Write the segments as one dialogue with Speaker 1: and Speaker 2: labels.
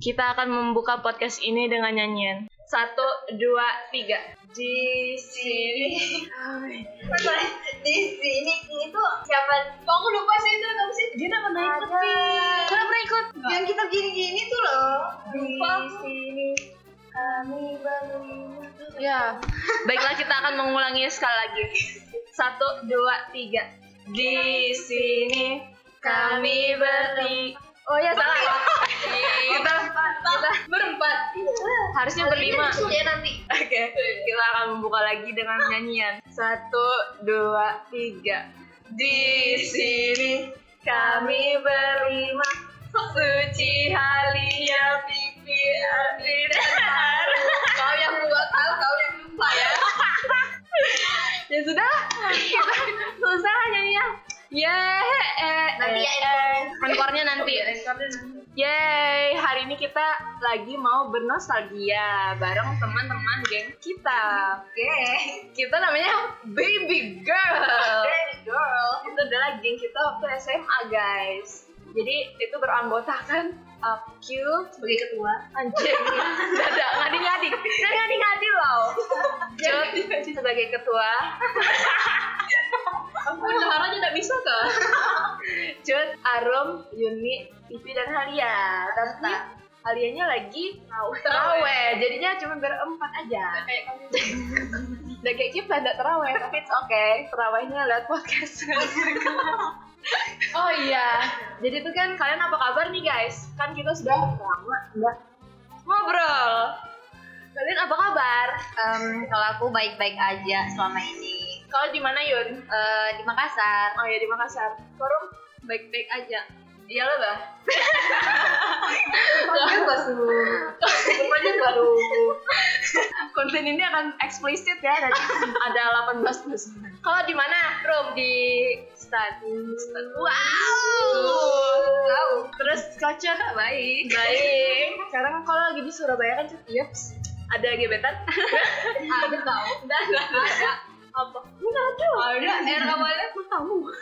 Speaker 1: Kita akan membuka podcast ini dengan nyanyian. Satu, dua, tiga.
Speaker 2: di sini Sorry, di sini itu siapa kok aku lupa sih itu kamu sih
Speaker 1: Dia nggak pernah ikut
Speaker 2: Ada.
Speaker 1: sih. Nggak pernah ikut.
Speaker 2: yang kita gini-gini tuh loh
Speaker 1: Di
Speaker 2: sini kami belum
Speaker 1: Ya. Baiklah kita akan mengulangi sekali lagi. Satu, dua, tiga. Di sini kami berti. Oh ya salah. kita kita berempat. Harusnya berlima.
Speaker 2: ya nanti
Speaker 1: Oke, kita akan membuka lagi dengan nyanyian. Satu, dua, tiga. Di sini kami berlima suci halia pipi Adri dan Ara.
Speaker 2: kau yang buat tahu kau yang lupa ya
Speaker 1: ya sudah kita selesai nyanyian Yeay, eh, eh,
Speaker 2: nanti ya
Speaker 1: Encore-nya nanti. Yeay, hari ini kita lagi mau bernostalgia bareng teman-teman geng kita.
Speaker 2: oke
Speaker 1: Kita namanya Baby Girl.
Speaker 2: Baby girl
Speaker 1: itu adalah geng kita waktu SMA guys jadi itu uh, beranggotakan Akil
Speaker 2: sebagai ketua
Speaker 1: anjing dada ngadi ngadi dan ngadi ngadi loh Jod sebagai ketua aku nahar aja nggak bisa kan Jod Arum Yuni Pipi dan Halia tapi Halianya lagi teraweh jadinya cuma berempat aja
Speaker 2: kayak kami
Speaker 1: dan kayak kita nggak teraweh tapi it's okay terawehnya lewat podcast Oh iya, jadi itu kan kalian apa kabar nih guys? Kan kita sudah lama nggak ngobrol. Kalian apa kabar?
Speaker 2: Em, kalau aku baik-baik aja selama ini
Speaker 1: Kalau di mana Yun?
Speaker 2: Eh, di Makassar
Speaker 1: Oh ya di Makassar. Korum baik-baik aja. Iya lo bah. Kan Rupanya baru. Konten ini akan eksplisit ya nanti ada 18 plus. Kalau di mana? Rum di Stan. Stan. Wow.
Speaker 2: Wow.
Speaker 1: Terus kocok
Speaker 2: baik
Speaker 1: Baik. Sekarang kalau lagi di Surabaya kan cukup yeps. Ada gebetan?
Speaker 2: ada tau
Speaker 1: ada apa? Enggak ada.
Speaker 2: ada R awalnya
Speaker 1: Aku tahu.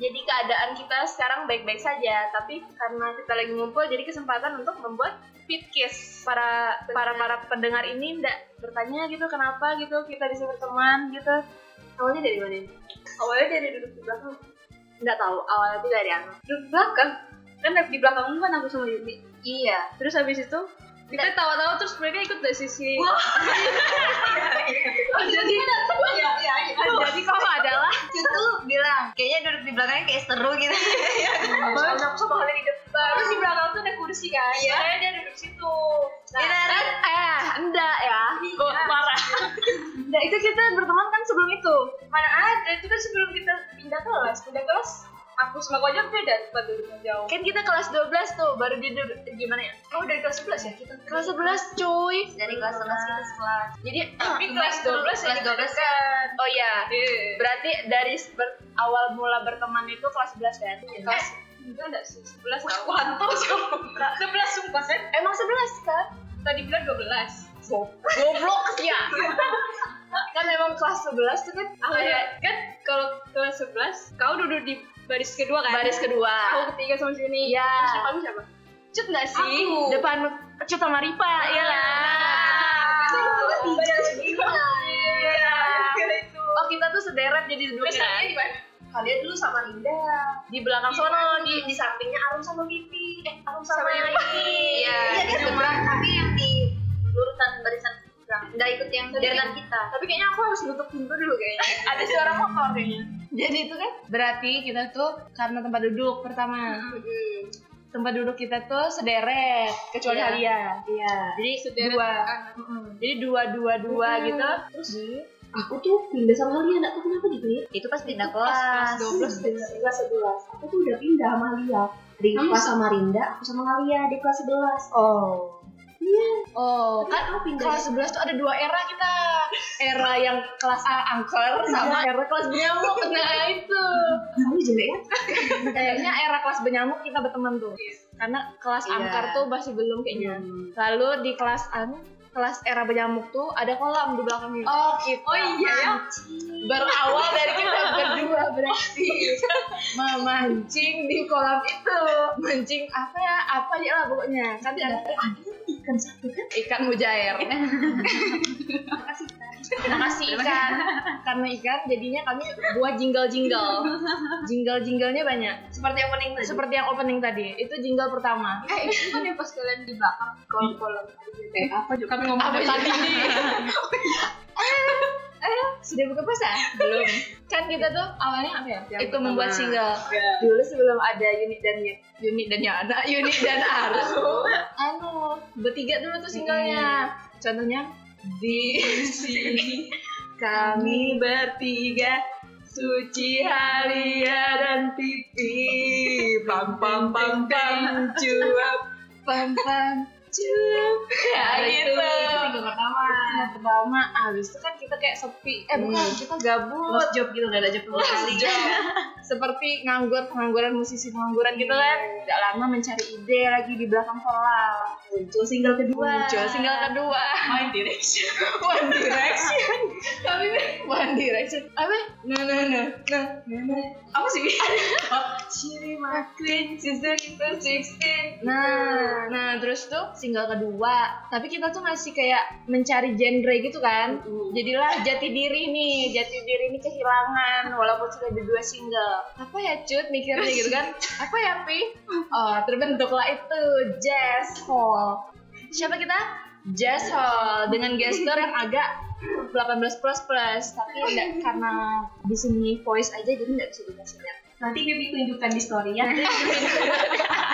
Speaker 1: jadi keadaan kita sekarang baik-baik saja, tapi karena kita lagi ngumpul jadi kesempatan untuk membuat fit kiss. Para para para pendengar ini ndak bertanya gitu kenapa gitu kita bisa berteman gitu. Awalnya dari mana?
Speaker 2: awalnya dari duduk di belakang
Speaker 1: Enggak tahu, awalnya itu dari Anu.
Speaker 2: duduk di belakang kan di belakang kan aku sama Yuni
Speaker 1: Iya. Terus habis itu kita tawa-tawa terus mereka ikut dari sisi
Speaker 2: Wah.
Speaker 1: Oh, jadi
Speaker 2: iya iya iya
Speaker 1: jadi kau adalah
Speaker 2: itu tuh bilang kayaknya duduk di belakangnya kayak seru gitu
Speaker 1: Soalnya aku sama Holly di depan terus di belakang tuh ada kursi kan
Speaker 2: Iya.
Speaker 1: makanya dia duduk situ nah,
Speaker 2: Iya,
Speaker 1: kan, eh enggak ya kok parah nah itu kita berteman kan sebelum itu
Speaker 2: mana ada itu kan sebelum kita pindah kelas pindah kelas aku sama kau aja beda tempat duduknya jauh
Speaker 1: kan kita kelas 12 tuh baru dia duduk gimana ya
Speaker 2: kamu dari kelas 11 ya kita
Speaker 1: kelas 11 cuy
Speaker 2: dari kelas 11 kita sekelas
Speaker 1: jadi ah,
Speaker 2: tapi kelas 12 ya
Speaker 1: kelas 12
Speaker 2: kan
Speaker 1: oh iya berarti dari ber- awal mula berteman itu kelas 11 kan kelas
Speaker 2: ya? Eh, enggak enggak sih 11 aku hantam coba 11 sumpah kan
Speaker 1: emang 11 kan
Speaker 2: tadi bilang 12
Speaker 1: goblok ya kan memang kelas 11 tuh kan
Speaker 2: Ah, ya. kan kalau kelas 11 kau duduk di baris kedua kan?
Speaker 1: baris kedua
Speaker 2: Aku ketiga sama sini.
Speaker 1: Iya.
Speaker 2: Terus depanmu siapa? Cut nggak sih?
Speaker 1: Aku. iya. depan Cut sama Ripa
Speaker 2: iya
Speaker 1: ya
Speaker 2: kan? Aku baris kedua. Iya. Itu.
Speaker 1: oh kita tuh sederet jadi duduk ya?
Speaker 2: Terus kalian di mana? Kalian dulu sama Linda.
Speaker 1: di belakang sono di
Speaker 2: di sampingnya Arum sama Pipi. Eh, Arum
Speaker 1: sama ini
Speaker 2: Iya.
Speaker 1: Iya,
Speaker 2: kan
Speaker 1: cuma
Speaker 2: tapi yang di lurutan barisan nggak ikut yang
Speaker 1: deretan
Speaker 2: kita.
Speaker 1: tapi kayaknya aku harus nutup pintu dulu kayaknya ada suara motor kayaknya jadi itu kan berarti kita tuh karena tempat duduk pertama tempat duduk kita tuh sederet kecuali
Speaker 2: Iya.
Speaker 1: Halia iya jadi dua jadi dua dua dua gitu
Speaker 2: Terus aku tuh pindah sama Lia, nggak tahu kenapa gitu ya. Itu pas pindah
Speaker 1: kelas.
Speaker 2: kelas 12 pindah kelas 11. Aku tuh udah pindah sama Lia. Rifa sama Rinda, aku sama Lia di kelas 11. Oh.
Speaker 1: oh kan
Speaker 2: aku pindah.
Speaker 1: kelas 11 tuh ada dua era kita era yang kelas A angker sama
Speaker 3: Iya.
Speaker 1: era kelas benyamuk Iya. nah itu
Speaker 2: Kamu jelek ya?
Speaker 1: kayaknya era kelas benyamuk kita berteman tuh karena kelas
Speaker 2: Iya.
Speaker 1: angker tuh masih belum kayaknya lalu di kelas an kelas era bernyamuk tuh ada kolam di belakang kita.
Speaker 4: Oh gitu.
Speaker 1: Oh iya.
Speaker 4: Anjing.
Speaker 1: Berawal dari kita berdua berarti memancing di kolam itu. Mancing apa ya? Apa dia lah pokoknya. Kan ada
Speaker 4: Ikan satu kan?
Speaker 1: ikan mujair.
Speaker 4: Makasih kita.
Speaker 1: Makasih ikan. Karena ikan jadinya kami buat jingle-jingle. Jingle-jinglenya banyak.
Speaker 4: Seperti opening tadi.
Speaker 1: Seperti yang opening tadi, itu jingle pertama.
Speaker 4: Eh, itu kan yang pas kalian di belakang kolom-kolom
Speaker 3: Eh, apa juga kami ngomong
Speaker 1: Apa
Speaker 3: apa
Speaker 1: tadi?
Speaker 3: tadi?
Speaker 1: Sudah buka puasa? Belum. Kan kita tuh awalnya apa ya?
Speaker 3: Yang
Speaker 1: itu membuat
Speaker 3: pertama.
Speaker 1: single. dulu sebelum ada unit dan ya, unit dan Yana, unit dan Aru, anu bertiga dulu tuh singlenya. Contohnya di sini kami bertiga suci halia dan pipi pam pam pam pam cuap pam pam cuap ya
Speaker 4: Nah, itu
Speaker 1: gitu
Speaker 4: single pertama.
Speaker 1: Nah, pertama abis itu kan kita kayak sepi eh bukan
Speaker 3: Hmm.
Speaker 1: kita gabut
Speaker 3: Lost job gitu, gak ada job sama sekali.
Speaker 1: iya. seperti nganggur pengangguran musisi pengangguran gitu kan tidak lama mencari ide lagi di belakang kolam
Speaker 3: Muncul single kedua.
Speaker 1: muncul single kedua
Speaker 3: Main direction.
Speaker 1: One Direction tapi One Direction Nah, apa no no no no no, no.
Speaker 3: Apa sih?
Speaker 1: Shiri McQueen season 16 nah nah terus tuh single kedua tapi kita tuh masih kayak mencari genre gitu kan jadilah jati diri nih jati diri ini kehilangan walaupun sudah ada dua single apa ya cut mikirnya gitu kan apa ya pi oh terbentuklah itu jazz hall siapa kita jazz hall dengan gestur yang agak 18 plus plus tapi enggak karena di sini voice aja jadi enggak bisa dikasih lihat
Speaker 3: Nanti Bibi tunjukkan di story ya.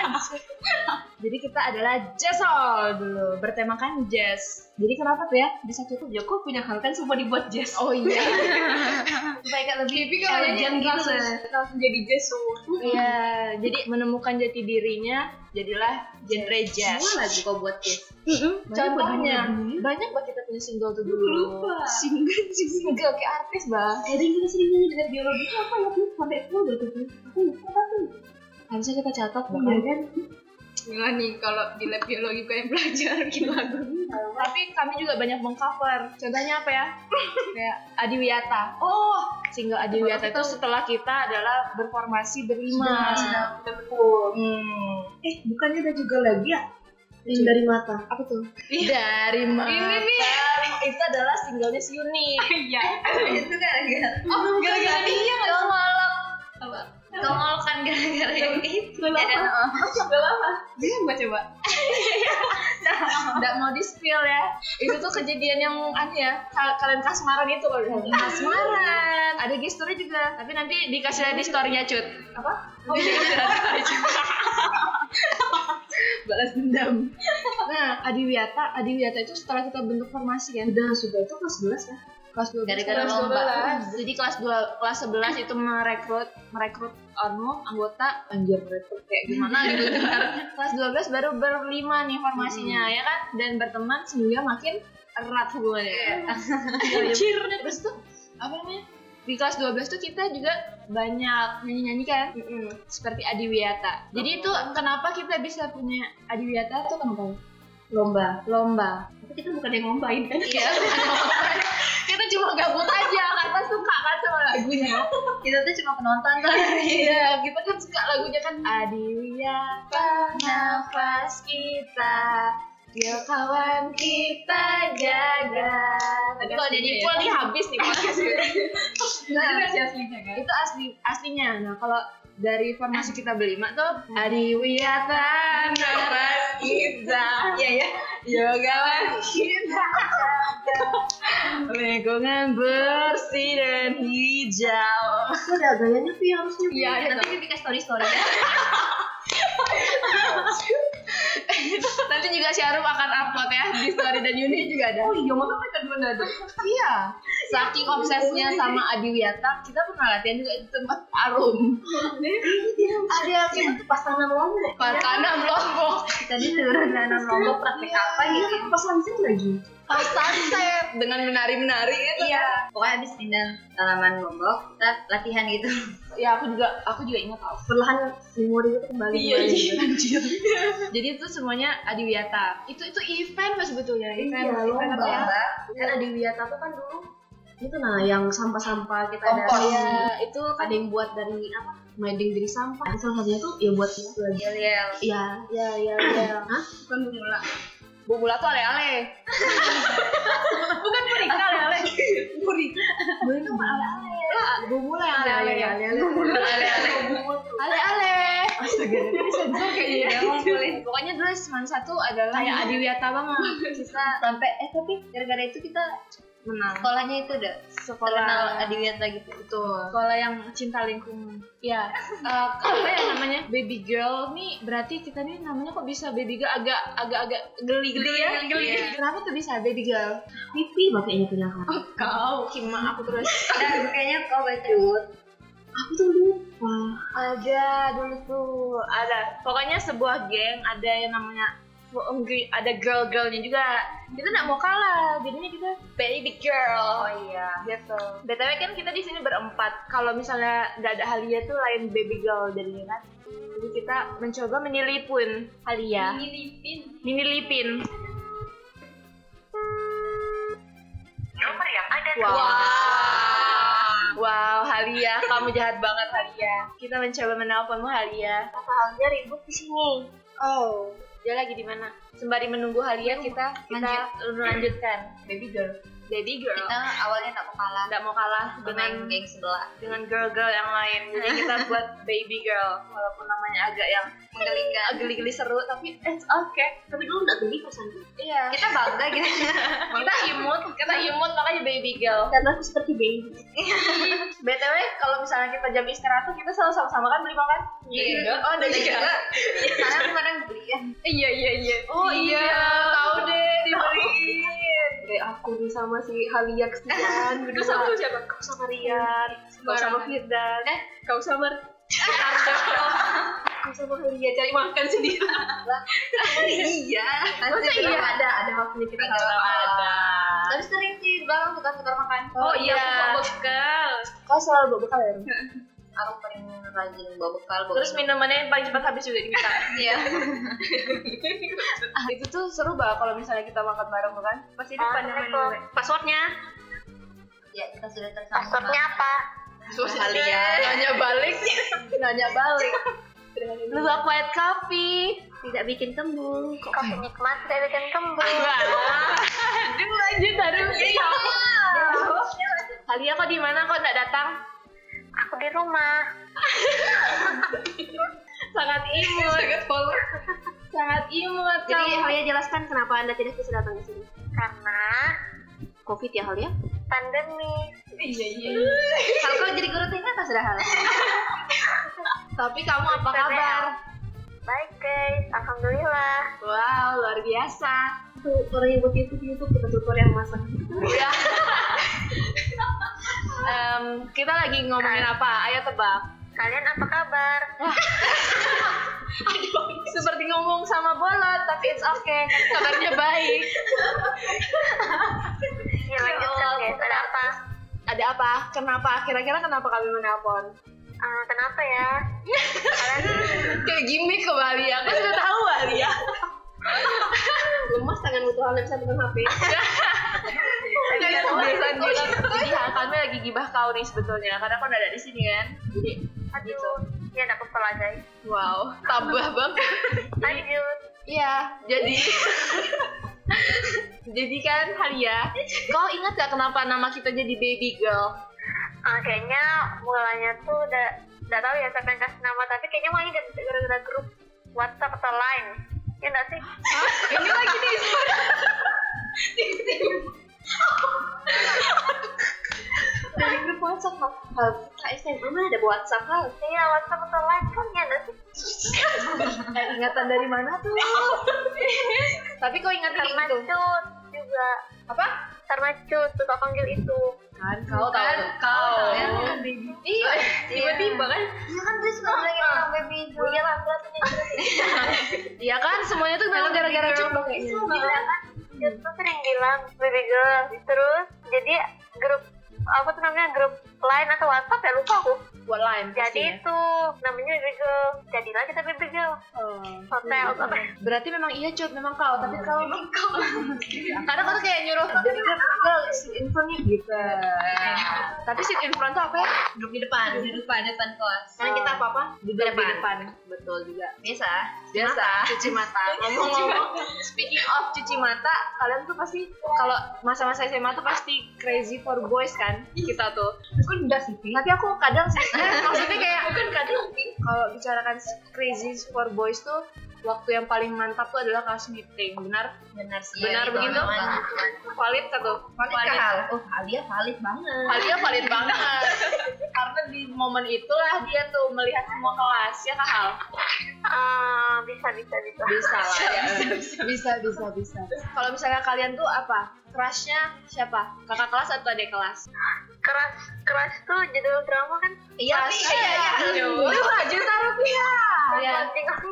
Speaker 1: jadi kita adalah jazz hall dulu bertemakan jazz jadi kenapa tuh ya bisa cukup
Speaker 3: Joko punya hal kan semua dibuat jazz.
Speaker 1: oh iya
Speaker 3: Supaya kayak lebih
Speaker 1: Bibi kalau nyanyi
Speaker 3: elegan gitu.
Speaker 1: langsung-
Speaker 3: langsung jadi jazz semua.
Speaker 1: Iya, jadi menemukan jati dirinya jadilah genre jazz.
Speaker 3: Semua lagu kau buat jazz.
Speaker 1: Contohnya banyak banget kita punya single tuh dulu.
Speaker 3: Lupa.
Speaker 1: Single, single kayak artis bang. Eh,
Speaker 3: Kadang kita sering nyanyi dengar biologi itu apa ya tuh sampai full gitu tuh. Aku lupa apa tuh.
Speaker 1: Harusnya kita catat
Speaker 3: Iya
Speaker 1: bahkan.
Speaker 3: kan?
Speaker 1: Gila nih kalau di lab biologi kayak belajar lagu. Tapi kami juga banyak mengcover. Contohnya apa ya? kayak Adi Wiyata. Oh, single Adi Wiyata itu setelah kita adalah berformasi berlima.
Speaker 3: Sudah, sudah betul.
Speaker 1: Hmm.
Speaker 3: Eh, bukannya ada juga lagi ya? Yang dari mata. Apa tuh?
Speaker 1: Dari mana?
Speaker 3: Ini nih.
Speaker 1: Itu adalah singlenya si Yuni.
Speaker 3: Iya.
Speaker 4: Itu kan agak
Speaker 1: Oh, gara-gara dia nggak sih malam.
Speaker 4: tongol kan gara-gara yang itu.
Speaker 3: Gak
Speaker 4: Dan
Speaker 3: Dia yang baca, Mbak.
Speaker 1: Nggak mau di spill ya. Itu tuh kejadian yang aneh ya. Ka- Kalian kasmaran itu kalau udah kasmaran. Ada gesturnya juga. Tapi nanti dikasih lihat di story-nya cut. Apa? Oh, dikasih lihat di story cut. Balas dendam. Nah, Adiwiyata, Adiwiyata itu setelah kita bentuk formasi kan. Udah, sudah itu kelas 11 ya. Kelas 12.
Speaker 3: Gara-gara
Speaker 1: Kelas
Speaker 3: lomba.
Speaker 1: 12. Jadi kelas 2 kelas 11 itu merekrut merekrut anu anggota anjir merekrut kayak gimana gitu dengar. kelas 12 baru berlima nih formasinya ya kan dan berteman sehingga makin erat hubungannya. Iya. Anjir. Terus tuh apa namanya? Di kelas 12 tuh kita juga banyak nyanyi-nyanyi kan seperti Adiwiyata. Jadi itu kenapa kita bisa punya Adiwiyata tuh kenapa?
Speaker 3: Lomba.
Speaker 1: Lomba.
Speaker 3: Tapi kita bukan yang ngombain kan?
Speaker 1: Iya. kita cuma gabut aja karena suka kan sama lagunya.
Speaker 3: Kita tuh cuma penonton kan?
Speaker 1: Iya, kita kan suka lagunya kan
Speaker 3: Nah,
Speaker 1: Adiwiyata nafas kita Ya kawan kita jaga Tapi kalau jadi full nih habis nih podcast kita.
Speaker 3: Itu
Speaker 1: Nah,
Speaker 3: versi aslinya kan?
Speaker 1: itu asli aslinya. Nah, kalau dari formasi kita berlima tuh Adiwiyata nafas kita
Speaker 3: Iya ya.
Speaker 1: Ya kawan
Speaker 3: Iya.
Speaker 1: kita Lingkungan bersih dan hijau
Speaker 3: Itu ada gayanya tuh yang harusnya.
Speaker 1: Iya, iya,
Speaker 3: nanti kita kasih story-story.
Speaker 1: Nanti juga Syarum akan upload ya Di story dan Yuni juga ada
Speaker 3: Oh iya, masa mereka dua ada?
Speaker 1: Iya Saking obsesnya sama Adiwiyata, kita pernah latihan juga di tempat Arum.
Speaker 3: Iya,
Speaker 4: Ada kita tuh pasangan lama.
Speaker 1: Pasangan Lombok.
Speaker 3: Tadi seluruh nanam lombok praktek apa
Speaker 4: Iya.
Speaker 3: gitu? Pas langsung lagi.
Speaker 1: Pas sunset dengan menari-menari ya. itu.
Speaker 3: Iya. Pokoknya habis pindah halaman lombok, kita latihan gitu.
Speaker 1: Ya aku juga aku juga ingat tau.
Speaker 3: Perlahan memori itu kembali.
Speaker 2: Iya,
Speaker 1: Iya,
Speaker 3: kembali.
Speaker 1: anjir. Jadi itu semuanya Adiwiyata. Itu itu event mas sebetulnya. Event,
Speaker 3: Iya,
Speaker 1: event apa ya?
Speaker 3: lomba. Kan ada Wiyata tuh kan dulu itu nah yang sampah-sampah kita
Speaker 4: Kompos.
Speaker 3: dari-
Speaker 1: Iya, itu
Speaker 3: ada yang buat dari apa? Mading dari sampah. Nah, salah satunya tuh ya buat lagi.
Speaker 4: Yel-yel.
Speaker 3: Iya.
Speaker 1: ya ya ya.
Speaker 3: Hah?
Speaker 1: Bukan bumula. Bumula tuh ale-ale. Bukan burika ale-ale. Burika.
Speaker 3: Boleh tuh maaf.
Speaker 1: Bumula yang
Speaker 3: Ale ale
Speaker 1: ale-ale.
Speaker 3: ale ale.
Speaker 1: Ale-ale.
Speaker 3: Astaga, ini sensor kayaknya.
Speaker 1: Ya, boleh. Pokoknya dulu semen satu adalah ya Adiwiyata banget. Kita
Speaker 4: Sampai eh tapi gara-gara itu kita
Speaker 1: Nah, menang.
Speaker 4: sekolahnya itu udah terkenal
Speaker 1: Sekolah
Speaker 4: adiwiyata gitu.
Speaker 1: Betul. Sekolah yang cinta lingkungan. Ya. eh, apa yang namanya baby girl nih? Berarti kita nih namanya kok bisa baby girl agak agak agak geli geli ya?
Speaker 4: Geli, iya.
Speaker 1: Kenapa tuh bisa baby girl?
Speaker 3: Pipi makanya punya kamu.
Speaker 1: Kau kima aku terus.
Speaker 2: Nah,
Speaker 4: Dan kayaknya kau betul.
Speaker 3: Aku tuh lupa.
Speaker 1: ada dulu tuh ada. Pokoknya sebuah geng ada yang namanya oh, ada girl girlnya juga. Kita nggak mau kalah, jadinya kita baby
Speaker 3: Oh,
Speaker 1: girl.
Speaker 4: iya.
Speaker 1: gitu. BTW kan kita di sini berempat. Kalau misalnya nggak ada Halia tuh lain baby girl jadinya kan. Jadi kita mencoba menilipun Halia.
Speaker 4: Filipin.
Speaker 1: Menilipin.
Speaker 4: Nomor yang ada
Speaker 1: Wow. Wow, Halia, kamu jahat banget Halia. Kita mencoba menelponmu Halia.
Speaker 4: Kata Alga ribut di sini.
Speaker 1: Oh, dia lagi di mana? Sembari menunggu Halia kita kita melanjutkan
Speaker 4: Baby girl.
Speaker 1: baby girl.
Speaker 4: Kita Eh, awalnya tak mau kalah
Speaker 1: nggak mau kalah
Speaker 4: sama yang
Speaker 1: dengan
Speaker 4: geng sebelah.
Speaker 1: dengan girl-girl yang lain. Jadi kita buat baby girl walaupun namanya agak yang
Speaker 4: Menggelikan.
Speaker 1: geli-geli seru tapi it's okay.
Speaker 3: Tapi dulu enggak geli pas aku.
Speaker 1: Iya.
Speaker 4: Kita bangga gitu.
Speaker 1: kita imut kita imut makanya baby girl
Speaker 3: Karena aku seperti baby.
Speaker 1: btw kalau misalnya kita jam istirahat tuh kita selalu sama-sama kan beli makan
Speaker 4: Iya.
Speaker 1: oh ada juga
Speaker 4: Karena kemarin beli ya.
Speaker 1: iya iya iya oh iya tahu deh dibeliin
Speaker 3: Kayak aku nih sama si Halia kesian.
Speaker 1: terus aku siapa
Speaker 3: Aku sama Rian.
Speaker 1: kau sama
Speaker 4: Sembarangan.
Speaker 1: Firdan eh kau sama
Speaker 3: Aku sama Halia cari makan sendiri.
Speaker 4: Iya. Tapi
Speaker 1: Masa iya?
Speaker 3: ada ada waktunya kita sama.
Speaker 1: ada
Speaker 4: Tapi sering sih bang tukar-tukar makan.
Speaker 1: oh iya bekal
Speaker 3: Kau selalu bawa bekal ya? Rin?
Speaker 4: Aku paling rajin bawa bekal. bawa
Speaker 1: terus
Speaker 4: minum.
Speaker 1: minumannya yang paling cepat habis juga di kita
Speaker 4: Iya.
Speaker 1: itu tuh seru banget kalau misalnya kita makan bareng tuh kan pasti di
Speaker 4: Ah,
Speaker 1: depan
Speaker 4: kenapa?
Speaker 1: namanya. passwordnya
Speaker 4: Ya kita sudah tersambung. Passwordnya apa?
Speaker 1: Halia nanya balik nanya balik luwak white coffee
Speaker 3: Tidak bikin kembung. Kok
Speaker 4: Kau penikmat dari kan kembung.
Speaker 1: aduh lanjut aduh
Speaker 4: Iya.
Speaker 1: iya. Halia kok di mana kok nggak datang
Speaker 4: Aku di rumah.
Speaker 1: sangat imut sangat polos sangat imut
Speaker 3: Jadi
Speaker 1: kamu.
Speaker 3: Halia jelaskan kenapa anda tidak bisa datang ke sini.
Speaker 4: Karena
Speaker 3: Covid ya Halia?
Speaker 4: pandemi.
Speaker 1: iya iya
Speaker 3: Kalau kau jadi guru TK kau sudah hal.
Speaker 1: tapi kamu apa kabar
Speaker 4: Baik guys, alhamdulillah.
Speaker 1: wow luar biasa
Speaker 3: Itu orang yang buat YouTube YouTube bukan tutor yang masak.
Speaker 1: Ya. Em, kita lagi ngomongin apa ayo tebak
Speaker 4: Kalian apa kabar?
Speaker 1: seperti ngomong sama bola tapi it's okay kabarnya baik
Speaker 4: Ya lanjutkan guys, ada apa?
Speaker 1: ada apa kenapa kira-kira kenapa kami menelpon
Speaker 4: Eh, kenapa ya? Kalian
Speaker 1: kayak gimmick ke Bali ya kan sudah tahu Bali ya
Speaker 3: Lemas tanganmu tuh Halia bisa pegang HP.
Speaker 1: jadi kebiasaan dia jadi hal kami lagi gibah kau nih sebetulnya karena kau nggak ada di sini kan jadi
Speaker 4: aduh, ya ada apa lah guys.
Speaker 1: wow tambah banget
Speaker 4: Lanjut.
Speaker 1: iya jadi jadi kan Halia kau ingat gak kenapa nama kita jadi baby girl
Speaker 4: Eh, kayaknya mulanya tuh udah nggak tahu ya siapa yang kasih nama, tapi kayaknya mulanya dari- gara-gara grup WhatsApp atau Line. Ya nggak sih?
Speaker 1: ini lagi nih
Speaker 3: Dari grup WhatsApp Hal. Hal kita SMA mana ada WhatsApp Hal?
Speaker 4: Iya WhatsApp atau Line kan ya nggak sih?
Speaker 1: ingatan dari mana tuh tapi kau ingat
Speaker 4: Karena
Speaker 1: itu
Speaker 4: cut juga.
Speaker 1: Apa?
Speaker 4: Sarmacu tuh kau panggil itu.
Speaker 1: Kan kau tahu.
Speaker 3: Kan,
Speaker 1: kau.
Speaker 3: kalian kan baby.
Speaker 1: Iya, tiba-tiba kan.
Speaker 3: Iya kan dia suka bilang kita baby itu. Iya lah, aku rasanya
Speaker 1: Iya kan, semuanya tuh memang gara-gara gitu. coba kayaknya.
Speaker 4: Bilang
Speaker 3: gitu.
Speaker 4: kan, dia tuh sering bilang baby girl. Terus jadi grup apa tuh namanya grup lain atau WhatsApp ya lupa aku.
Speaker 1: Buat lain ya.
Speaker 4: Jadi itu namanya baby girl. Jadilah kita baby girl.
Speaker 1: eh,
Speaker 4: Hotel.
Speaker 1: Iya. Berarti memang iya cut, memang kau, tapi kau kau. Kadang kau tuh kayak nyuruh jadi kan girl sit in front gitu. Tapi sit in front tuh apa ya?
Speaker 3: duduk di depan, di depan, depan kelas.
Speaker 1: Yang Nah, kita apa-apa di depan.
Speaker 3: Depan.
Speaker 1: Betul juga.
Speaker 3: Biasa.
Speaker 1: Biasa cuci mata. Ngomong-ngomong, speaking of cuci mata, kalian tuh pasti kalau masa-masa SMA tuh pasti crazy for boys kan kita tuh.
Speaker 3: Aku udah sih.
Speaker 1: Tapi aku kadang sih, eh, maksudnya kayak bukan kadang kalau bicarakan crazy for boys tuh waktu yang paling mantap tuh adalah kelas meeting benar
Speaker 3: Benar sih. iya,
Speaker 1: Benar
Speaker 3: itu
Speaker 1: begitu?
Speaker 3: memang.
Speaker 1: valid kan tuh
Speaker 3: Valid kal. Oh, Alia valid banget.
Speaker 1: Alia valid banget karena di momen itulah dia tuh melihat semua kelas ya kak Hal
Speaker 4: Ah, bisa bisa bisa.
Speaker 1: bisa lah ya. bisa bisa bisa kalau misalnya kalian tuh apa crushnya siapa kakak kelas atau adik kelas
Speaker 4: Keras keras tuh judul drama kan.
Speaker 3: Iya,
Speaker 1: Pas-
Speaker 3: Pi. iya, iya.
Speaker 1: ya, Aduh, dua juta rupiah ya
Speaker 4: Crushing aku.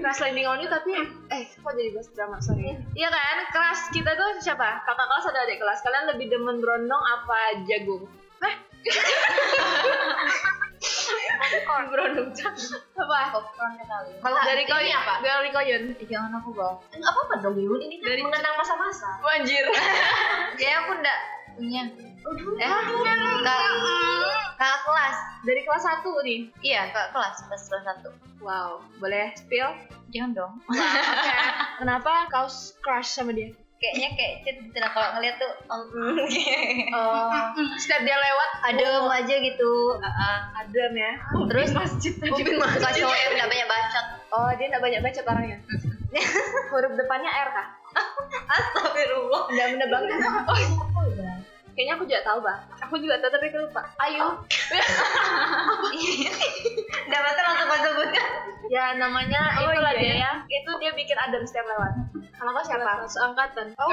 Speaker 1: kelas landing on you tapi eh kok jadi bahas drama sorry iya kan kelas kita tuh siapa kakak kelas atau adik kelas kalian lebih demen berondong apa jagung
Speaker 4: Popcorn.
Speaker 1: berondong jagung apa
Speaker 3: Popcorn kali.
Speaker 1: dari kau apa Iya, dari koyun
Speaker 3: Jangan aku bawa. Enggak apa-apa dong, Yun. Ini kan
Speaker 1: Dari- Ya,
Speaker 3: mengenang masa-masa.
Speaker 1: banjir
Speaker 3: Jadi aku enggak punya. Eh, enggak. Kakak kelas.
Speaker 1: dari kelas satu nih
Speaker 3: Iya, kakak kelas pas kelas satu.
Speaker 1: wow boleh spill
Speaker 3: Jangan dong.
Speaker 1: kenapa kau crush sama dia
Speaker 3: Kayaknya kayak chat gitu lah kalau ngeliat tuh. Um,
Speaker 1: Oh, setiap dia lewat
Speaker 3: adem aja gitu.
Speaker 1: adem ya. Oh,
Speaker 3: Terus
Speaker 1: masjid
Speaker 3: suka cowok yang enggak banyak bacot.
Speaker 1: Oh, dia nggak banyak baca orangnya. Huruf depannya R kah?
Speaker 3: Astagfirullah.
Speaker 1: Nggak menebak. Oh, kayaknya aku juga tahu, Bang. Aku juga tahu tapi aku lupa. Ayu.
Speaker 3: Enggak baca langsung kau sebutkan.
Speaker 1: Ya namanya
Speaker 3: Oh,
Speaker 1: itulah
Speaker 3: iya
Speaker 1: dia
Speaker 3: ya.
Speaker 1: ya. Itu dia bikin adem setiap lewat. Kalau kau siapa? Seangkatan. Oh.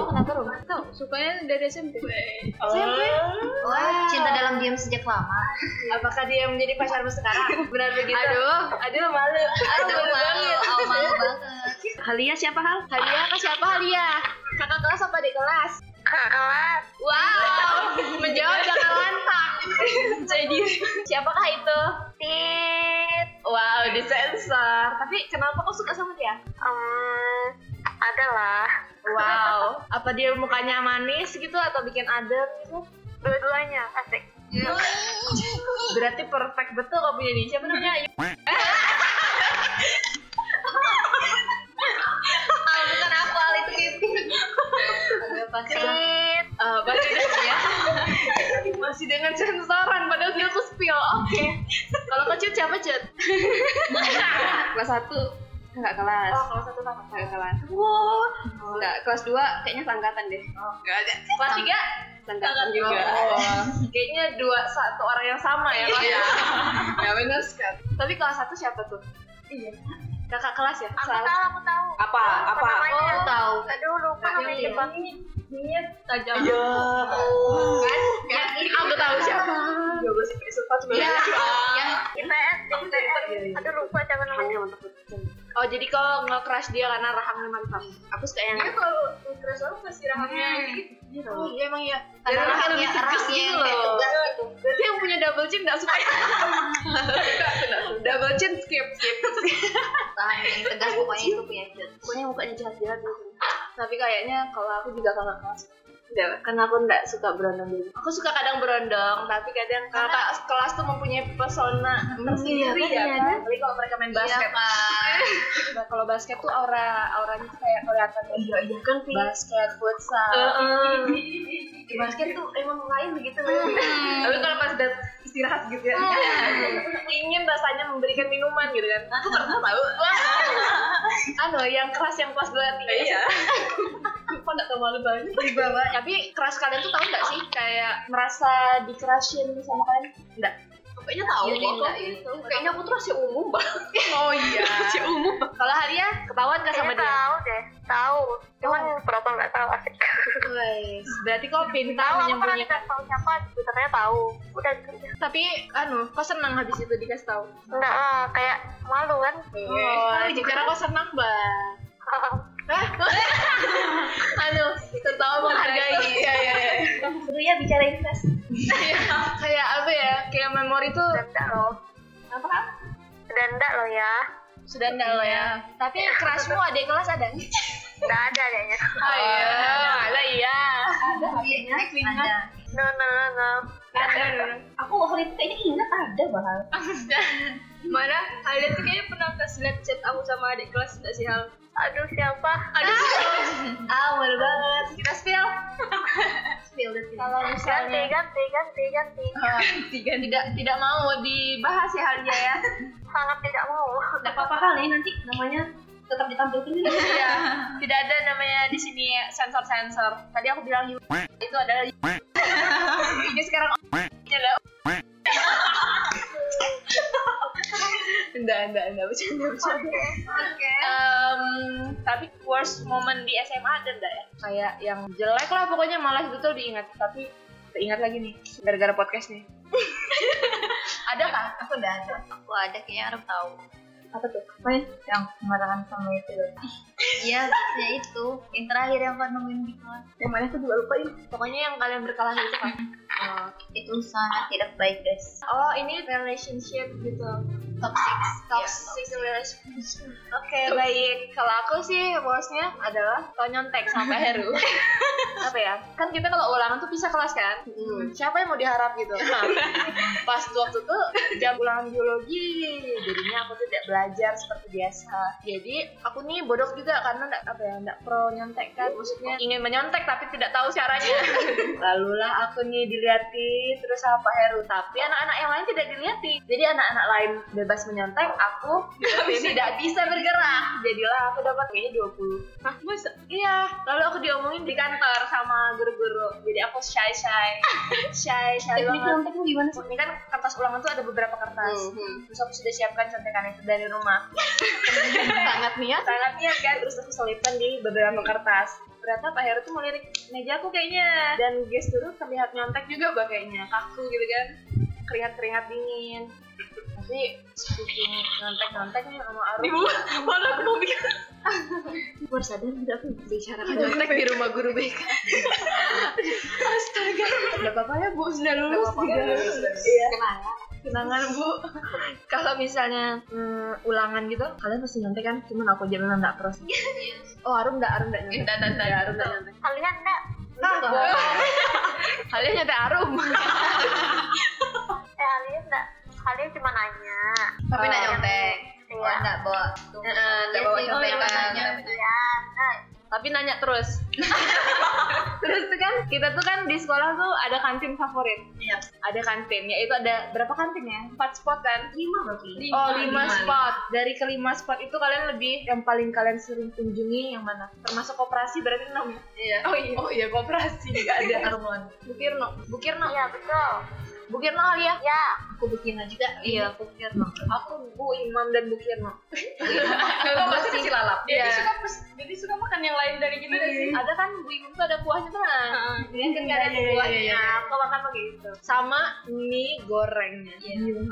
Speaker 3: Oh, kenapa rumah?
Speaker 1: Tuh, sukanya dari SMP. SMP.
Speaker 3: Sampai.
Speaker 1: Oh.
Speaker 3: Wah, cinta dalam diam sejak lama.
Speaker 1: Apakah dia menjadi pacarmu sekarang? Benar begitu. Aduh, aduh malu.
Speaker 3: Aduh, malu, oh, malu banget.
Speaker 1: Halia siapa Hal? Halia ke siapa Halia? Kakak kelas apa di kelas?
Speaker 4: Kakak kelas.
Speaker 1: Wow, menjawab dengan lantang. Jadi siapakah itu?
Speaker 4: Tit.
Speaker 1: Wow, disensor. Tapi kenapa kau suka sama dia?
Speaker 4: Um, adalah
Speaker 1: Wow, apa dia mukanya manis gitu atau bikin adem gitu?
Speaker 4: dua-duanya asik.
Speaker 3: Iya.
Speaker 1: Berarti perfect betul kau punya dia. Siapa namanya? Ayu.
Speaker 3: Ah, bukan aku, Al itu Kipi. Ada pacar.
Speaker 1: Eh,
Speaker 4: Tit.
Speaker 1: masih dengan ya. masih dengan sensoran padahal dia tuh spill. Oke. Kalau kau cut siapa cut? kelas 1 enggak kelas.
Speaker 4: Oh, kalau satu sama.
Speaker 1: Kakak kelas. Wow. Enggak, kelas 2 kayaknya sangkatan deh. Oh, enggak ada. Kelas 3 sangkatan juga. Kayaknya dua satu orang yang sama ya, Pak. Iya. ya benar sekali. Tapi kelas 1 siapa tuh? Iya. Kakak kelas ya?
Speaker 4: Aku
Speaker 1: Salah. Oh,
Speaker 4: tahu, aku tahu.
Speaker 1: Apa? Apa?
Speaker 4: namanya?
Speaker 3: Aku tahu.
Speaker 4: Aduh, lupa namanya
Speaker 1: Iya.
Speaker 4: cepat.
Speaker 1: Dia tajam. Iya. Kan? Yang ini aku tahu siapa. 12 episode pas
Speaker 3: Iya, yang
Speaker 4: IPS,
Speaker 1: Iya,
Speaker 4: IPS. Aduh, lupa siapa namanya.
Speaker 1: Oh jadi kau nge-crush dia karena rahang memang kamu. Aku suka yang
Speaker 4: kalau terus aku kasih
Speaker 1: gitu. Oh iya emang iya.
Speaker 3: karena
Speaker 1: Karena rahangnya lebih
Speaker 3: rahangnya
Speaker 1: tipis gitu
Speaker 3: rahangnya yang kayak
Speaker 1: loh.
Speaker 3: tegas gitu.
Speaker 1: Berarti yang punya double chin gak suka Double chin skip skip
Speaker 3: Rahang yang tegas pokoknya itu punya Jun.
Speaker 1: Pokoknya mukanya jahat-jahat gitu Tapi kayaknya kalau aku juga kakak kelas Enggak, karena aku enggak suka berondong dulu Aku suka kadang berondong, tapi kadang kakak kelas tuh mempunyai pesona tersendiri
Speaker 3: iya,
Speaker 1: ya
Speaker 3: kan?
Speaker 1: kan? Apalagi kalau mereka main basket
Speaker 3: Iya, Pak.
Speaker 1: Nah, Kalau basket tuh aura auranya tuh kayak kelihatan Iya, iya kan Basket, futsal
Speaker 3: Di basket tuh emang lain begitu.
Speaker 1: gitu, Tapi kalau pas dat istirahat gitu ya ingin rasanya memberikan minuman gitu kan aku pernah tahu anu yang keras yang kelas dua tiga iya lupa nggak tahu malu banget
Speaker 3: Di bawah.
Speaker 1: tapi keras kalian tuh tahu nggak sih kayak merasa dikerashin sama kalian nggak Iya, kayaknya tahu
Speaker 3: Yuni
Speaker 1: kok.
Speaker 3: enggak, Yuni.
Speaker 1: kayaknya aku tuh rahasia umum banget oh iya rahasia umum kalau Halia Ketahuan gak sama
Speaker 4: Kayaknya
Speaker 1: dia?
Speaker 4: tahu deh, tahu. Cuman
Speaker 1: Oh.
Speaker 4: berapa nggak tahu asik.
Speaker 1: Wes, berarti kau pintar
Speaker 4: Tahu aku pernah
Speaker 1: menyembunyikan.
Speaker 4: dikasih tahu siapa, sebenarnya tahu. Udah gitu. aja.
Speaker 1: Tapi, anu, kau senang habis itu dikasih tahu.
Speaker 4: Nggak, eh, kayak malu kan?
Speaker 1: Oh, anjing, karena kau senang banget. Hah? anu, tertawa menghargai. Iya, iya, iya.
Speaker 3: Seru ya bicara invest.
Speaker 1: Iya, kayak apa ya? Kayak memori tuh
Speaker 4: Dan enggak loh.
Speaker 3: Apa?
Speaker 4: Dan enggak loh ya.
Speaker 1: sudah enggak lo ya. Tapi crushmu adik kelas ada?
Speaker 4: Enggak ada kayaknya.
Speaker 1: Oh iya, ada iya.
Speaker 3: Ada kayaknya. ya. Ada.
Speaker 4: No, no, no, no.
Speaker 1: Ada.
Speaker 3: Aku waktu itu kayaknya ingat ada bahkan.
Speaker 1: Mana? Ada tuh kayaknya pernah ke Snapchat aku sama adik kelas enggak sih Hal?
Speaker 4: Aduh, siapa?
Speaker 1: Aduh,
Speaker 3: Ah, malu banget.
Speaker 1: kita spill.
Speaker 3: Spill the tea.
Speaker 1: Kalau
Speaker 4: Ganti,
Speaker 1: misalnya
Speaker 4: ganti, ganti, ganti.
Speaker 1: tiga tidak tidak mau dibahas ya halnya ya.
Speaker 4: Sangat tidak mau.
Speaker 3: Nggak apa-apa kali nanti namanya tetap ditampilkan gitu.
Speaker 1: Iya, tidak ada namanya di sini sensor-sensor. Tadi aku bilang you itu adalah you. Ini sekarang adalah Enggak, enggak, enggak bercanda, bercanda.
Speaker 4: Oke.
Speaker 1: Em, tapi worst moment di SMA ada enggak ya? Kayak yang jelek lah pokoknya malah itu tuh diingat, tapi ingat lagi nih gara-gara podcast nih. ada kah? Aku enggak ada.
Speaker 2: aku ada kayaknya harus tahu
Speaker 3: Apa tuh? Main.
Speaker 2: yang kemarin sama itu iya ya itu yang terakhir yang kau nemuin di kelas
Speaker 3: Yang mana aku juga lupa ini.
Speaker 1: Pokoknya yang kalian berkalah itu kan.
Speaker 2: Eh, itu sangat tidak baik guys
Speaker 1: Oh, ini relationship gitu.
Speaker 2: Iya, toxic
Speaker 1: toxic relationship. Oke, baik. Kalau aku sih bosnya adalah kau nyontek sampai Heru. Apa ya? Kan kita kalau ulangan tuh bisa kelas kan? Siapa yang mau diharap gitu? Nah, pas waktu itu jam ulangan biologi, jadinya aku tuh tidak belajar seperti biasa. Jadi aku nih bodoh juga karena nggak apa ya, nggak pro nyontek kan. Maksudnya ingin menyontek tapi tidak tahu caranya. Lalu lah aku nih diliati terus sama Pak Heru, tapi anak-anak yang lain tidak diliati. Jadi anak-anak lain bebas menyontek, aku tidak bisa bergerak. Jadilah aku dapat kayaknya 20. Hah, masa? Iya, lalu aku diomongin di kantor sama guru-guru. Jadi aku shy-shy. Shy-shy
Speaker 3: Teknik
Speaker 1: banget.
Speaker 3: nyontek itu gimana sih?
Speaker 1: Ini kan kertas ulangan tuh ada beberapa kertas.
Speaker 2: Mhm.
Speaker 1: Terus aku sudah siapkan contekan itu dari rumah.
Speaker 2: sangat niat
Speaker 1: Sangatnya kan terus aku selipkan di beberapa kertas. Ternyata Pak Heru tuh melirik meja aku kayaknya dan gestur terlihat nyontek juga bah kayaknya kaku gitu kan. Keringat-keringat dingin. Tapi speaking nyontek-nyontek nih sama Arum. Ibu, mana aku mau bikin
Speaker 3: Aku baru sadar tidak aku bicara
Speaker 1: nyontek di rumah guru BK. Astaga. Gak apa-apa ya Bu, sudah lulus.
Speaker 3: apa-apa,
Speaker 1: juga.
Speaker 3: lulus.
Speaker 1: Iya. Kenangan Bu. Kalau misalnya mm, ulangan gitu, kalian pasti nyontek kan? Cuman aku aja memang nggak pros. Oh, Arum nggak, Arum nggak nyontek.
Speaker 2: Nggak, nggak, nggak.
Speaker 1: Nggak, Arum nggak nyontek.
Speaker 4: Kalian enggak?
Speaker 1: Nah, kalian nyontek Arum.
Speaker 4: Eh, kalian enggak? Kalian cuma nanya.
Speaker 2: tapi nggak
Speaker 1: Oh.
Speaker 2: nyontek
Speaker 4: Iya.
Speaker 2: Wah, nggak bawa tuh
Speaker 1: nggak bawa
Speaker 2: oh,
Speaker 1: kan. nyontek, nggak
Speaker 2: nyontek
Speaker 4: Iya. Nah,
Speaker 1: Tapi nanya terus. terus tuh kan, kita tuh kan di sekolah tuh ada kantin favorit.
Speaker 2: Iya.
Speaker 1: Ada kantin, yaitu ada berapa kantin ya? Empat spot kan?
Speaker 3: Lima berarti.
Speaker 1: Oh, lima spot. Dari kelima spot itu kalian lebih yang paling kalian sering kunjungi yang mana? Termasuk koperasi berarti enam ya?
Speaker 2: Iya.
Speaker 1: Oh iya. Oh iya, koperasi enggak ada.
Speaker 2: Harmon.
Speaker 1: Bukirno. Bukirno.
Speaker 4: iya betul.
Speaker 1: Bukirno kali ya?
Speaker 4: Ya.
Speaker 2: Aku bikin juga.
Speaker 1: Iya,
Speaker 2: Bukirno.
Speaker 1: Aku Bu Imam dan Bukirno. Gua
Speaker 2: Kalau masih
Speaker 1: sih-
Speaker 2: lalap.
Speaker 1: Iya.
Speaker 3: Jadi suka makan yang lain dari kita
Speaker 1: Ada kan Bu Imam tuh ada kuahnya tuh kan? Mungkin nggak ada buahnya. Aku makan pakai itu. Sama mie gorengnya.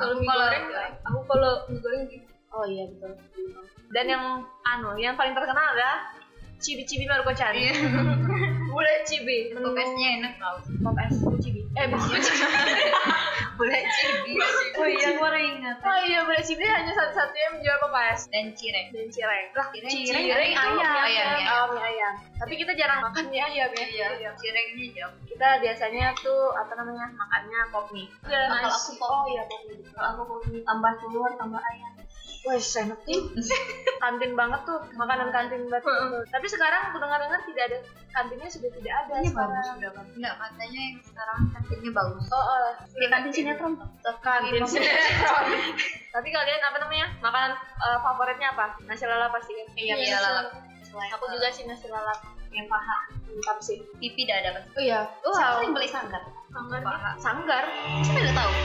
Speaker 1: Kalau mie
Speaker 2: Kalau-
Speaker 1: goreng, aku kalau mie goreng gitu. Oh iya betul. Dan yang anu, yang paling terkenal adalah cibi-cibi Marco-chan. Boleh cibi. Menu-
Speaker 2: Kokesnya enak tau.
Speaker 1: Pop es cibi. Eh bukan cibi.
Speaker 2: Boleh cibi.
Speaker 1: Oh iya,
Speaker 2: aku baru ingat.
Speaker 1: Oh iya, boleh cibi hanya satu-satunya yang menjual pop es
Speaker 2: Dan cireng.
Speaker 1: dan cireng. Lah,
Speaker 2: Cireng,
Speaker 1: cireng
Speaker 2: cireng,
Speaker 1: itu
Speaker 2: ayam.
Speaker 1: mie
Speaker 2: ya. Ayam,
Speaker 1: ayam.
Speaker 2: ayam.
Speaker 1: Oh, mie ayam. Tapi kita jarang makan mie ayam ya. Iya.
Speaker 2: Cirengnya jauh.
Speaker 1: Kita biasanya tuh apa namanya? makannya pop mie.
Speaker 2: Kalau aku pop
Speaker 1: Oh iya, pop mie. Kalau aku pop mie
Speaker 3: Tambah telur, tambah ayam.
Speaker 1: Wah, enak tuh. kantin banget tuh, makanan kantin banget. Tapi sekarang aku dengar-dengar tidak ada kantinnya sudah tidak ada
Speaker 3: Iya,
Speaker 1: sekarang.
Speaker 3: bagus,
Speaker 2: Enggak, katanya yang sekarang kantinnya bagus.
Speaker 1: Oh, oh.
Speaker 2: Iya,
Speaker 3: Di
Speaker 2: kan
Speaker 3: kantin sinetron tuh.
Speaker 1: kantin sinetron. Tapi kalian apa namanya? Makanan eh, favoritnya apa? Nasi lalap pasti kan.
Speaker 2: Iya, iya, lalap.
Speaker 1: Aku juga sih nasi lalap.
Speaker 3: Yang paha.
Speaker 1: Mantap sih.
Speaker 2: Pipi dah ada kan.
Speaker 1: Oh iya. Oh,
Speaker 2: Siapa yang beli sanggar?
Speaker 1: sanggar. Sanggar.
Speaker 2: Kita nggak tahu.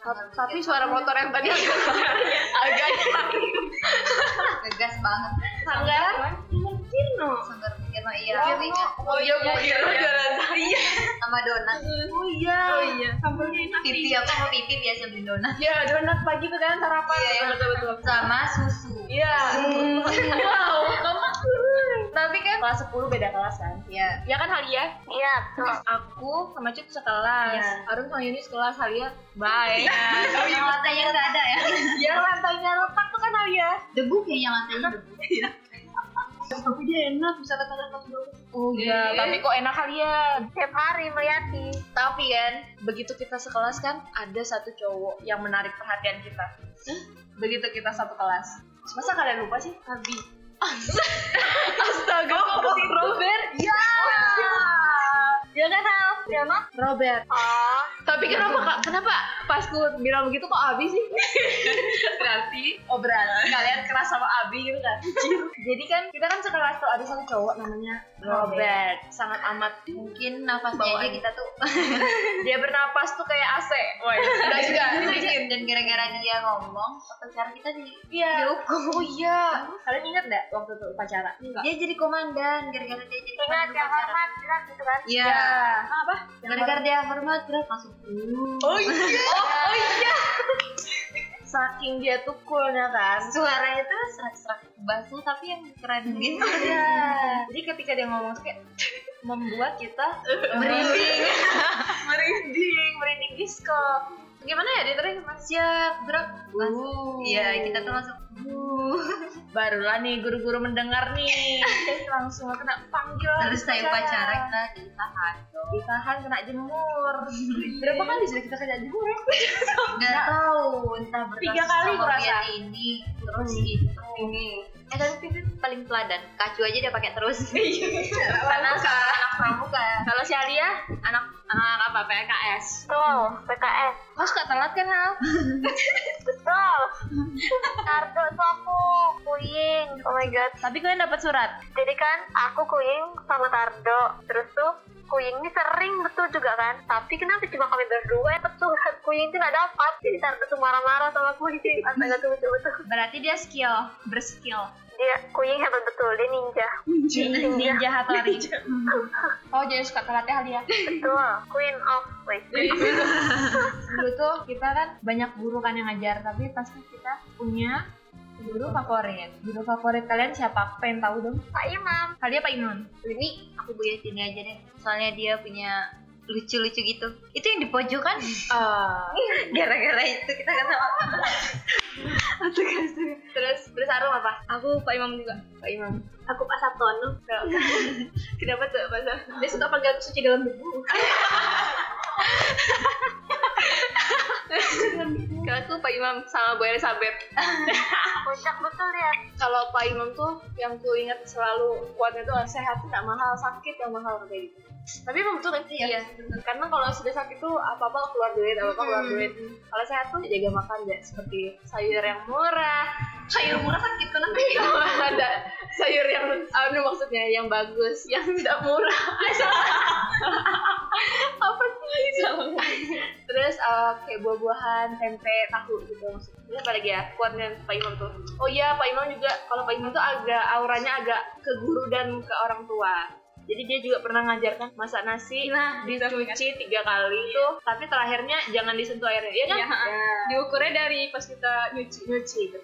Speaker 1: Ta- Tapi suara motor yang tadi agak agak
Speaker 2: banget
Speaker 1: Sanggar?
Speaker 4: Mungkin
Speaker 2: sanggar Kirno iya
Speaker 1: Oh,
Speaker 2: tapi ingat
Speaker 1: oh iya, Bu Ira jualan saya.
Speaker 2: sama donat
Speaker 1: Oh iya.
Speaker 3: Oh iya, sambalnya enak.
Speaker 2: pipi aku sama pipi biasa beli donat
Speaker 1: Ya, donat pagi tuh kan sarapan.
Speaker 2: Iya, Hmm. iya,
Speaker 1: betul-betul.
Speaker 2: sama susu
Speaker 1: Iya. Wow, kamu. Tapi kan kelas 10 beda kelas kan?
Speaker 2: ya
Speaker 1: Ya kan Halia?
Speaker 4: Iya, betul.
Speaker 1: Aku sama Cut sekelas.
Speaker 2: Iya.
Speaker 1: Arum sama Yunis kelas Halia. Bye.
Speaker 2: yang lantainya nggak ada ya
Speaker 1: Biar lantainya retak tuh kan Halia.
Speaker 2: debu kayaknya lantainya debu
Speaker 3: Tapi dia enak, bisa kata-kata pas dulu.
Speaker 1: Oh iya, tapi kok enak Halia.
Speaker 4: Tiap hari meliati.
Speaker 1: Tapi kan, begitu kita sekelas kan, ada satu cowok yang menarik perhatian kita. Begitu kita satu kelas. Masa kalian lupa sih? Abi. Astaga, kok Robert? Ya. Ya kan, Al?
Speaker 4: Siapa?
Speaker 1: Robert.
Speaker 4: Oh,
Speaker 1: Tapi kenapa kak? Kenapa pas ku bilang begitu kok Abi sih? berarti, oh berarti kalian keras sama Abi gitu kan? Jadi kan kita kan sekelas tuh ada satu cowok namanya Robert, sangat amat
Speaker 2: mungkin nafasnya aja
Speaker 1: Bawaan.
Speaker 2: kita tuh
Speaker 1: dia bernapas tuh kayak AC. Wah,
Speaker 2: Iya,
Speaker 1: enggak juga.
Speaker 2: dan gara-gara dia ngomong pacar kita di
Speaker 1: Iya.
Speaker 2: dihukum
Speaker 1: Oh iya. Kalian ingat nggak waktu itu upacara? Enggak.
Speaker 2: dia jadi komandan gara-gara dia jadi
Speaker 4: ingat
Speaker 2: komandan
Speaker 4: yang
Speaker 2: upacara.
Speaker 4: hormat, jelas gitu kan?
Speaker 2: Iya.
Speaker 1: Apa?
Speaker 2: Gara-gara dia hormat terus masuk.
Speaker 1: Oh iya. Oh, oh iya. Saking dia tuh coolnya kan.
Speaker 2: Suaranya tuh serak-serak basu tapi yang keren gitu.
Speaker 1: Iya. Jadi ketika dia ngomong tuh kayak membuat kita merinding, merinding, merinding disco. Gimana ya diterin mas ya gerak.
Speaker 2: Langsung. Iya, kita tuh langsung
Speaker 1: Barulah nih guru-guru mendengar nih. Terus langsung kena panggil.
Speaker 2: harus saya upacara kita ditahan.
Speaker 1: Ditahan kena jemur. Berapa kali sudah kita kena jemur ya?
Speaker 2: Gak tahu entah berkasus
Speaker 1: Tiga kali
Speaker 2: sama
Speaker 1: kurasa.
Speaker 2: Fiat ini Hmm. terus
Speaker 1: gitu.
Speaker 2: itu ini. Eh tapi Vivi paling teladan, kacu aja dia pakai terus. Karena anak pramuka.
Speaker 1: Iya. Kalau si Alia, anak anak apa? PKS.
Speaker 4: Betul, PKS.
Speaker 1: Kau suka telat kan Hal?
Speaker 4: Betul. Kartu itu aku kuying. Oh my god.
Speaker 1: Tapi kalian dapat surat.
Speaker 4: Jadi kan aku kuying sama Tardo. Terus tuh kuying ini sering betul juga kan. Tapi kenapa cuma kami berdua yang betul kan? Kuying itu nggak dapat. Jadi Tardo tuh marah-marah sama kuying. Astaga tuh betul-betul.
Speaker 1: Berarti dia skill, berskill.
Speaker 4: Dia kuying hebat betul. Dia ninja.
Speaker 1: Ninja Hattori. oh jadi suka telatnya Halia.
Speaker 4: Betul. Queen of wait.
Speaker 1: Dulu tuh kita kan banyak guru kan yang ngajar, tapi pasti kita punya guru favorit. Guru favorit kalian siapa? Pengen tahu dong.
Speaker 4: Pak Imam.
Speaker 1: Halia Pak Inon.
Speaker 2: Ini aku buya sini aja deh. Soalnya dia punya lucu-lucu gitu. Itu yang di pojokan
Speaker 1: Oh. Hmm.
Speaker 2: gara-gara itu kita kan sama
Speaker 1: terus terus Arum apa? Aku Pak Imam juga. Pak Imam. Aku Pak Sabtono. Kenapa tuh Pak Sabtono? Dia suka panggil aku suci dalam debu. Kalau aku Pak Imam sama Bu Elizabeth.
Speaker 4: Kocak betul
Speaker 1: ya.
Speaker 4: dia.
Speaker 1: Kalau Pak Imam tuh yang ku ingat selalu kuatnya tuh sehat tuh nggak mahal, sakit yang mahal kayak gitu. Tapi emang betul kan? Iya. Karena kalau sudah sakit tuh apa-apa keluar duit, apa-apa keluar duit. Kalau sehat tuh jaga makan ya seperti sayur yang murah,
Speaker 2: sayur murah kan gitu nanti.
Speaker 1: ada sayur yang anu maksudnya yang bagus yang tidak murah apa sih terus eh, kayak buah-buahan tempe tahu gitu maksudnya terus apa lagi ya kuatnya Pak Imam tuh oh iya Pak Imam juga kalau Pak Imam tuh agak auranya agak ke guru dan ke orang tua jadi dia juga pernah ngajarkan masak nasi dicuci tiga kali tuh tapi terakhirnya jangan disentuh airnya iya kan diukurnya dari pas kita nyuci nyuci gitu.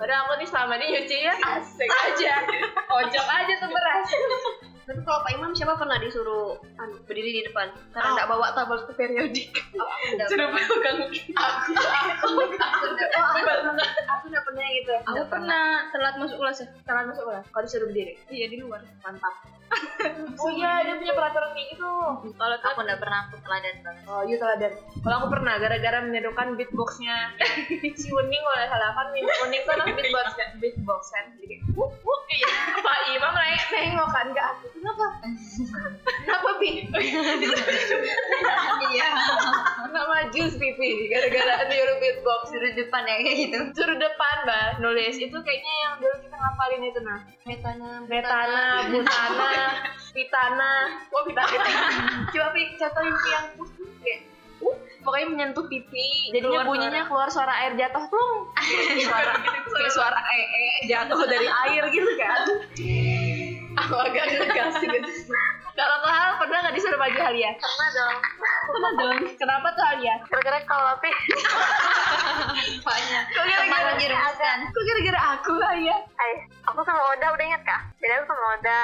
Speaker 1: Padahal aku nih selama ini nyucinya asik aja, ojok aja tuh beras.
Speaker 3: Tapi kalau Pak Imam siapa pernah disuruh anu, berdiri di depan
Speaker 1: Oh,
Speaker 3: karena nggak bawa tabel ke periodik.
Speaker 1: Sudah Ah, pegang aku, aku, aku,
Speaker 3: Oh, Aku nggak pernah gitu.
Speaker 1: aku pernah telat masuk kelas ya, telat masuk kelas. Kalau disuruh berdiri, iya di luar, mantap. oh iya, dia punya peraturan kayak gitu. Kalau telat,
Speaker 2: Aku nggak pernah aku teladan banget.
Speaker 1: oh iya teladan. Kalau aku pernah, gara-gara menirukan beatboxnya si Wening kalau nggak salah kan, Wening tuh anak beatbox kan, beatbox kan, jadi kayak, wuh wuh, iya. Pak Imam naik nengok kan ke aku, kenapa? Kenapa Bi?
Speaker 2: Iya.
Speaker 1: Nggak maju pipi gara-gara nyuruh beatbox
Speaker 2: Suruh depan ya kayak gitu.
Speaker 1: Suruh depan mbak nulis itu kayaknya yang dulu kita ngapalin itu nah
Speaker 2: Metana.
Speaker 1: Betana, Butana, Oh, Pitana, wah Pitana coba pi contohin pi yang kayak uh pokoknya menyentuh pipi jadinya bunyinya keluar suara air jatuh plung suara kayak suara ee jatuh dari air gitu kan aku agak ngegas gitu kalau tuh hal pernah nggak disuruh baju Halia
Speaker 4: Pernah dong.
Speaker 1: pernah dong kenapa tuh Halia
Speaker 4: Gara-gara kalau tapi
Speaker 1: kok
Speaker 2: Tempat
Speaker 1: gara-gara
Speaker 2: menjerumuskan.
Speaker 1: kok gara-gara aku Halia
Speaker 4: Ay, Eh, aku sama Oda udah ingat kah? Jadi aku sama Oda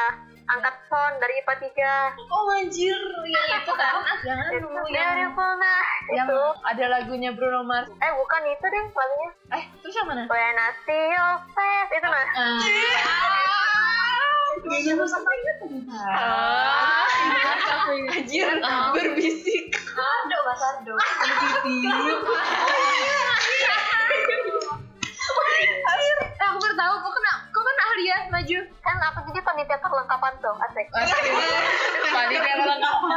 Speaker 4: angkat phone dari IPA
Speaker 1: oh anjir
Speaker 2: Iya,
Speaker 1: ya itu kan
Speaker 2: Jangan
Speaker 4: 3
Speaker 2: lu
Speaker 4: It's
Speaker 2: yang
Speaker 4: beautiful nah
Speaker 1: yang
Speaker 4: Itu
Speaker 1: ada lagunya Bruno Mars
Speaker 4: Eh bukan itu deh lagunya
Speaker 1: eh terus yang mana
Speaker 4: When I see your face Itu nah
Speaker 1: Ah.
Speaker 2: Jadi lu sama ingat
Speaker 1: Ah. Anjir, berbisik.
Speaker 2: Aduh, Mas Ardo.
Speaker 1: Anjir, aku baru tahu kok kena kok kena Halia maju.
Speaker 4: Kan aku jadi panitia perlengkapan tuh Asik
Speaker 1: Panitia perlengkapan.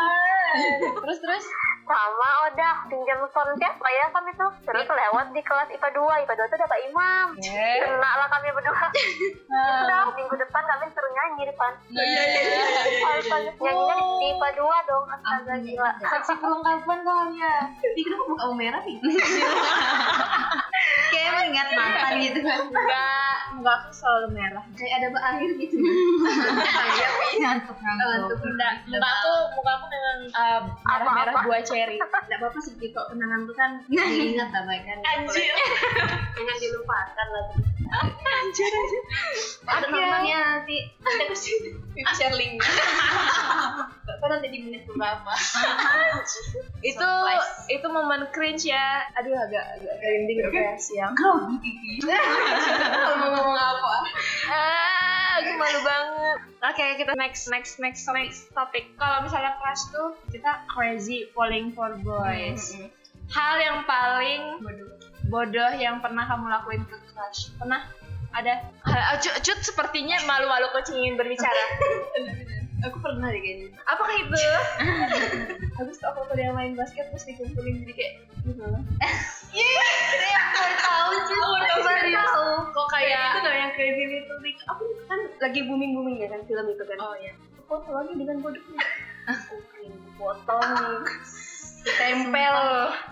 Speaker 1: Terus terus.
Speaker 4: Sama Oda pinjam phone siapa ya kan itu Terus lewat di kelas IPA 2 IPA 2 tuh ada Pak Imam
Speaker 1: Eh.
Speaker 4: Kena lah kami berdua Udah minggu depan kami suruh nyanyi di depan
Speaker 1: Iya iya iya.
Speaker 4: Nyanyinya di- di IPA 2 dong Astaga
Speaker 2: Ampun,
Speaker 4: gila
Speaker 1: Saksi perlengkapan tuh Halia.
Speaker 2: Tapi kenapa muka kamu merah sih? Kayak mengingat mantan gitu.
Speaker 1: Enggak, enggak aku selalu merah.
Speaker 2: Kayak ada bak air gitu. Iya, Oh, ngantuk ngantuk.
Speaker 1: Untuk enggak, enggak aku muka aku dengan eh, merah-merah buah cherry.
Speaker 2: Enggak apa-apa sih kok kenangan tuh kan diingat sama kan.
Speaker 1: Anjir.
Speaker 2: Jangan dilupakan lah.
Speaker 1: Anjir anjir.
Speaker 2: Ada nontonnya nanti.
Speaker 1: Aku sih pipi sherling.
Speaker 2: Gak pernah jadi menit berapa.
Speaker 1: itu itu momen cringe ya aduh agak agak merinding gitu ya siang
Speaker 2: Ngomong apa?
Speaker 1: ah aku malu banget oke kita next next next next topik kalau misalnya crush tuh kita crazy falling for
Speaker 2: Oh,
Speaker 1: boys hal yang paling bodoh yang pernah kamu lakuin ke crush pernah ada Ah, cut cut sepertinya malu-malu kucing ingin berbicara
Speaker 2: Aku pernah deh kayaknya.
Speaker 1: apa kayak itu habis tuh aku udah main basket terus dikumpulin jadi kayak gitu
Speaker 2: Tahu sih. Aku baru tahu.
Speaker 1: kok kayak
Speaker 2: loh yang crazy little thing. Aku kan lagi booming booming ya kan film itu kan.
Speaker 1: oh ya
Speaker 2: foto lagi dengan bodohnya.
Speaker 1: potong tempel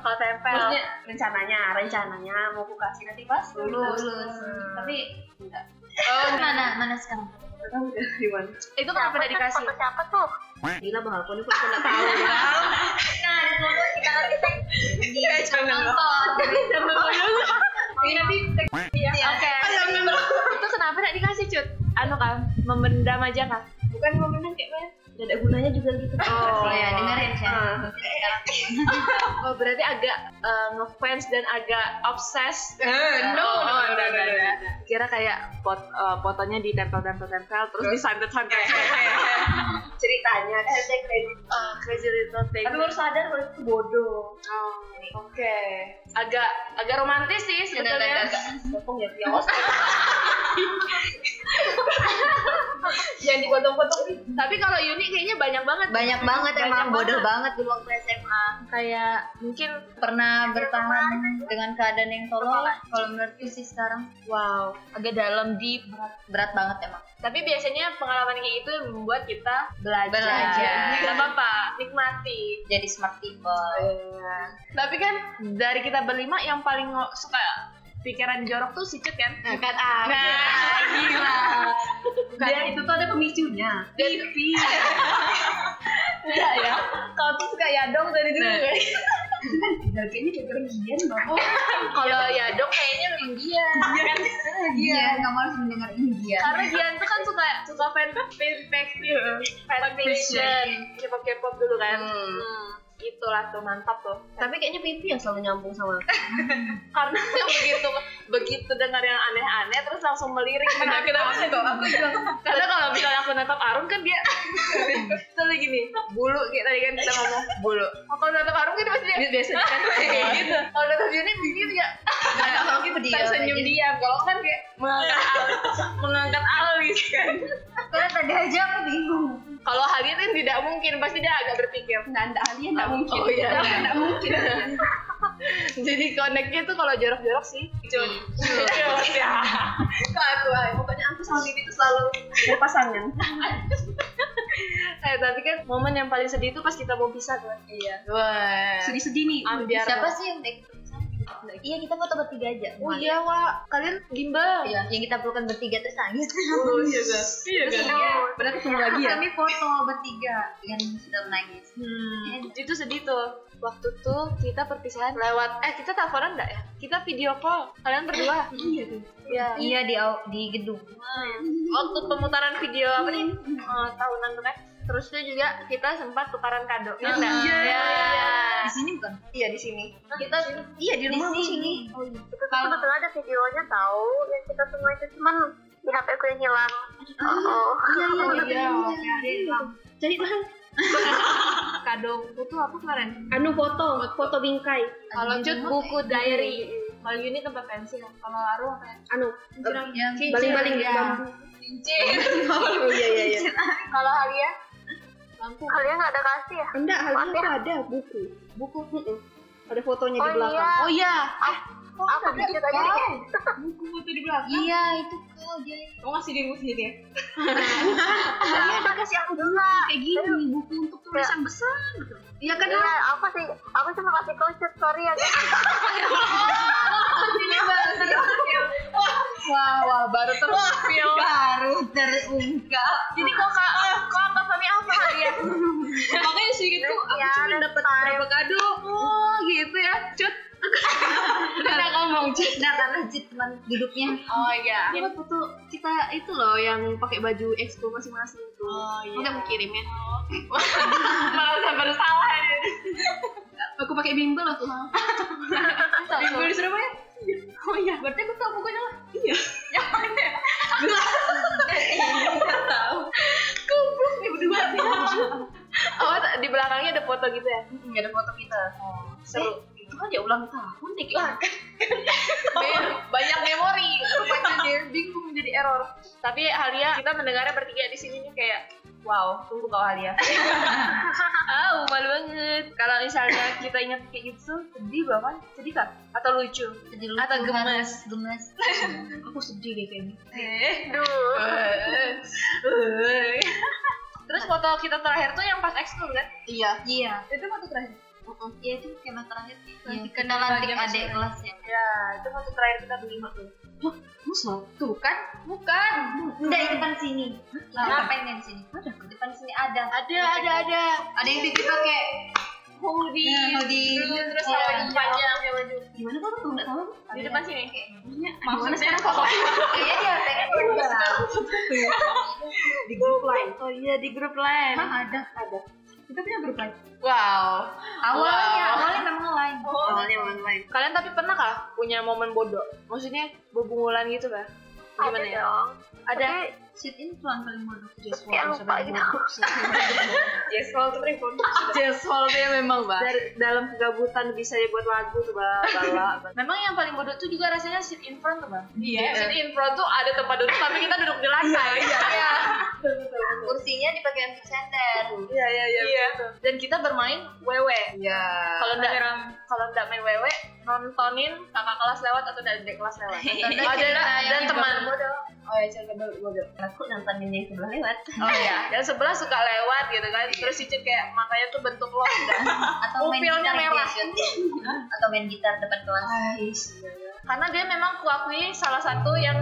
Speaker 1: kalau tempel
Speaker 2: Maksudnya rencananya, rencananya mau aku kasih nanti pas lulus. Hmm. Tapi enggak.
Speaker 1: oh,
Speaker 2: Mana mana sekarang? Kamu udah di mana?
Speaker 1: itu kenapa tidak
Speaker 4: Siapa tuh?
Speaker 1: Iya, dikasih
Speaker 4: Foto siapa tuh?
Speaker 2: Gila bang, aku ini kok enggak tahu. Nah, di foto kita lagi Iya, nonton.
Speaker 1: Ini nanti tek- ya, oke
Speaker 2: Oh,
Speaker 1: itu kenapa tidak dikasih cut anu kan memendam aja kan bukan memendam kayak mana
Speaker 2: Gak ya? ada gunanya juga gitu.
Speaker 1: Oh.
Speaker 2: ya dengerin sih.
Speaker 1: Iya. oh berarti agak eh, ngefans dan agak obses Eh, no, no, no, no, no, no. kira kayak pot, eh, fotonya ditempel tempel tempel terus Eh, disantet santet
Speaker 2: Ceritanya hashtag crazy.
Speaker 1: Oh, crazy little thing
Speaker 2: Tapi baru sadar kalau itu bodoh.
Speaker 1: Oke, agak agak romantis sih sebenarnya.
Speaker 2: Botong ya, ya.
Speaker 1: Yang digotong-gotong. Tapi kalau Yuni kayaknya banyak banget.
Speaker 2: Banyak banget
Speaker 1: Banyak
Speaker 2: emang bodoh
Speaker 1: banget.
Speaker 2: banget dulu waktu SMA.
Speaker 1: Kayak mungkin
Speaker 2: Pernah bertahan dengan keadaan yang tolol. Kalau menurutku sih sekarang
Speaker 1: wow, agak dalam deep.
Speaker 2: berat banget emang.
Speaker 1: Tapi biasanya pengalaman kayak gitu yang membuat kita
Speaker 2: Belajar.
Speaker 1: Gak apa-apa, nikmati.
Speaker 2: Jadi smart people.
Speaker 1: Tapi kan dari kita berlima yang paling ngo- suka pikiran jorok tuh si Cut kan? Nah,
Speaker 2: Nah, kan aku.
Speaker 1: gila.
Speaker 2: Dan ya, itu tuh ada pemicunya.
Speaker 1: Pipi. Enggak ya. Kau tuh suka
Speaker 2: ya
Speaker 1: yadong dari dulu kan?
Speaker 2: Kayaknya kayak kerugian banget.
Speaker 1: Kalau yadong kayaknya memang dia. kan?
Speaker 2: Iya, kamu harus mendengar ini dia.
Speaker 1: karena Gian tuh kan suka suka fan perspektif fanfiction K-pop K-pop dulu kan hmm. itulah tuh mantap tuh
Speaker 2: Tapi kayaknya pipi yang selalu nyambung sama aku.
Speaker 1: karena begitu begitu dengar yang aneh-aneh terus langsung melirik nah, kenapa sih kok aku karena kalau misalnya aku nonton Arum kan dia selalu gini bulu kayak tadi kan kita ngomong bulu Oh, kalau nonton Arum kan pasti dia biasa kan kayak gitu kalau nonton Yuni begini ya
Speaker 2: Nah, aku
Speaker 1: kita senyum diam kalau kan kayak mengangkat alis mengangkat alis kan
Speaker 2: Karena tadi aja aku bingung.
Speaker 1: Kalau Halia kan tidak mungkin, pasti dia agak berpikir.
Speaker 2: Nanda Alia nggak mungkin.
Speaker 1: Oh, iya.
Speaker 2: Nggak mungkin.
Speaker 1: Jadi koneknya tuh kalau jorok-jorok sih. Cun. Hmm. Iya.
Speaker 2: Itu aku, ay. pokoknya aku sama pipi itu selalu berpasangan.
Speaker 1: Eh tapi kan momen yang paling sedih itu pas kita mau pisah kan. Iya.
Speaker 2: Wah.
Speaker 3: Sedih-sedih nih.
Speaker 1: Ambiar.
Speaker 2: Siapa sih yang naik tulisan? Iya kita foto bertiga aja.
Speaker 1: Oh iya Wak, kalian gimbal.
Speaker 2: Iya, yang kita pelukan bertiga terus nangis.
Speaker 1: Oh iya kan. Iya
Speaker 2: Terus
Speaker 1: kan.
Speaker 2: iya,
Speaker 3: Benar ketemu lagi ya.
Speaker 2: Kami foto bertiga yang sudah menangis.
Speaker 1: Hmm, itu sedih tuh. Waktu tuh kita perpisahan lewat eh kita teleponan enggak ya? Kita video call. Kalian berdua.
Speaker 3: Iya tuh.
Speaker 1: Iya.
Speaker 2: Iya di au- di gedung.
Speaker 1: Waktu pemutaran video apa nih? Eh, tahunan tuh kan. Terus tuh juga kita sempat tukaran kado. Iya enggak?
Speaker 2: Iya.
Speaker 1: Iya.
Speaker 2: Di sini bukan?
Speaker 3: Iya di sini.
Speaker 4: Kan
Speaker 3: Kita iya di rumah
Speaker 2: di sini.
Speaker 1: Oh,
Speaker 4: itu tuh sebetulnya ada videonya tahu yang kita semua itu cuman di HP ku yang hilang oh,
Speaker 1: Oh,
Speaker 4: oh.
Speaker 1: iya, oke, ada yang
Speaker 3: Jadi bang,
Speaker 1: kado buku tuh apa kemarin?
Speaker 3: anu foto, foto bingkai,
Speaker 1: Kalau
Speaker 2: di
Speaker 1: cut
Speaker 2: rumah
Speaker 1: buku diary, kalau Yuni tempat pensil, kalau Aru apa ya?
Speaker 3: anu
Speaker 2: Yang
Speaker 3: baling-baling
Speaker 1: ya.
Speaker 3: bambu.
Speaker 1: Cincin.
Speaker 3: Oh iya iya iya.
Speaker 1: kalau Halia lampu
Speaker 4: kalian nggak ada kasih ya
Speaker 3: Enggak, hal itu ada buku. Buku. mm-mm. Ada fotonya di
Speaker 4: Oh,
Speaker 3: belakang.
Speaker 4: iya.
Speaker 1: Oh iya,
Speaker 4: aku bikin aja deh
Speaker 1: buku foto di belakang.
Speaker 2: Iya itu kau dia.
Speaker 1: Kamu ngasih dirimu sendiri ya?
Speaker 4: kita kasih aku juga
Speaker 3: Kayak gini buku untuk tulisan besar. Iya kan?
Speaker 4: Iya, aku sih, aku cuma kasih kocet, sorry ya guys.
Speaker 1: Wah, wah, iya. baru terfeel.
Speaker 2: Baru terungkap.
Speaker 1: Jadi kok kak, kok apa kami apa Halia? Makanya sih gitu, aku
Speaker 4: Iya,
Speaker 1: cuma
Speaker 4: ada
Speaker 1: dapat
Speaker 4: time.
Speaker 1: berapa kado. Oh, gitu ya, cut. Udah ngomong cut.
Speaker 2: Nah karena Cid teman duduknya.
Speaker 1: Oh iya.
Speaker 3: Iya foto kita itu loh yang pakai baju ekskul masing-masing itu.
Speaker 1: Oh iya.
Speaker 3: Aku nggak mau kirim ya.
Speaker 1: Merasa bersalah ya.
Speaker 3: Aku pakai bimbel loh tuh.
Speaker 1: Minggu di Surabaya? Oh iya, berarti aku tahu pokoknya lah. Iya. Yang mana? ya? Nggak tahu. Goblok nih berdua. Oh, tak- di belakangnya ada foto gitu ya? Oh. Eh,
Speaker 2: Gak ada foto kita.
Speaker 1: Seru. Iya.
Speaker 3: Itu kan ya ulang tahun nih. kayaknya.
Speaker 1: banyak memori. Rupanya dia bingung jadi error. Tapi Halia, kita mendengarnya bertiga di sini nih kayak Wow, tunggu kau Halia. Ah, malu banget. Kalau misalnya kita ingat kayak gitu, sedih banget. Sedih kan? Atau lucu?
Speaker 2: Sedih
Speaker 1: Atau
Speaker 2: lucu,
Speaker 1: gemes.
Speaker 2: harus Gemes.
Speaker 3: Aku sedih deh kayaknya.
Speaker 1: Eh.
Speaker 4: Duh,
Speaker 1: Terus foto kita terakhir tuh yang pas ekskul kan?
Speaker 3: Iya.
Speaker 2: Iya.
Speaker 1: Itu foto terakhir.
Speaker 2: Iya itu tema terakhir sih.
Speaker 1: Iya.
Speaker 2: Kena lantik
Speaker 1: Bagian
Speaker 2: adik
Speaker 1: masuk.
Speaker 2: kelasnya.
Speaker 1: Ya, itu foto terakhir kita berlima tuh.
Speaker 3: Musuh.
Speaker 1: Tuh kan? Bukan.
Speaker 2: Enggak di depan sini. Lah ngapain di sini? Di depan sini ada.
Speaker 1: Ada, ada, ada.
Speaker 2: Ada yang di kita kayak
Speaker 1: Hoodie,
Speaker 2: Nah, hoodie.
Speaker 1: Terus, terus
Speaker 2: Iya.
Speaker 1: sampai di panjang kayak baju.
Speaker 3: Gimana kamu tuh nggak tahu?
Speaker 1: Di depan sini.
Speaker 3: Gimana sekarang
Speaker 2: kayaknya Iya, dia pengen keluar.
Speaker 3: di grup lain?
Speaker 1: Oh iya di grup lain.
Speaker 2: Emang ada.
Speaker 3: Kita punya grup lain.
Speaker 1: Wow.
Speaker 2: Awalnya,
Speaker 1: Wow.
Speaker 2: awalnya memang lain.
Speaker 1: Oh,
Speaker 3: Awalnya online.
Speaker 1: Kalian tapi pernah kah punya momen bodoh? Maksudnya bebungulan gitu kah?
Speaker 4: ada
Speaker 1: Gimana ya?
Speaker 4: dong.
Speaker 1: Ada.
Speaker 4: Tapi
Speaker 2: Shit ini tuan paling bodoh
Speaker 4: Terus kayak lupa gitu.
Speaker 1: Yes, kalau telepon.
Speaker 3: Jessol
Speaker 1: ya
Speaker 3: dia memang banget.
Speaker 1: kan Dari dalam kegabutan bisa dibuat lagu tuh Bang. Bala. Memang yang paling bodoh tuh juga rasanya sit in front tuh bang.
Speaker 3: Iya.
Speaker 1: Sit in front tuh ada tempat duduk tapi kita duduk di lantai. Iya. Iya.
Speaker 2: Kursinya dipakai untuk sender.
Speaker 1: Iya iya iya. Dan kita bermain wewe.
Speaker 3: Iya.
Speaker 1: Kalau enggak kalau enggak main wewe, nontonin kakak kelas lewat atau dari adik kelas lewat. Oh, dan, dan teman. Oh ya, cerita bodoh.
Speaker 2: Aku nontonin yang sebelah lewat.
Speaker 1: Oh iya, yang sebelah suka lewat gitu kan. Terus Icut kayak matanya tuh bentuk londa.
Speaker 2: Atau main
Speaker 1: Upilnya
Speaker 2: gitar
Speaker 1: merah.
Speaker 2: gitu. Atau main gitar depan kelas.
Speaker 1: Karena dia memang kuakui salah satu yang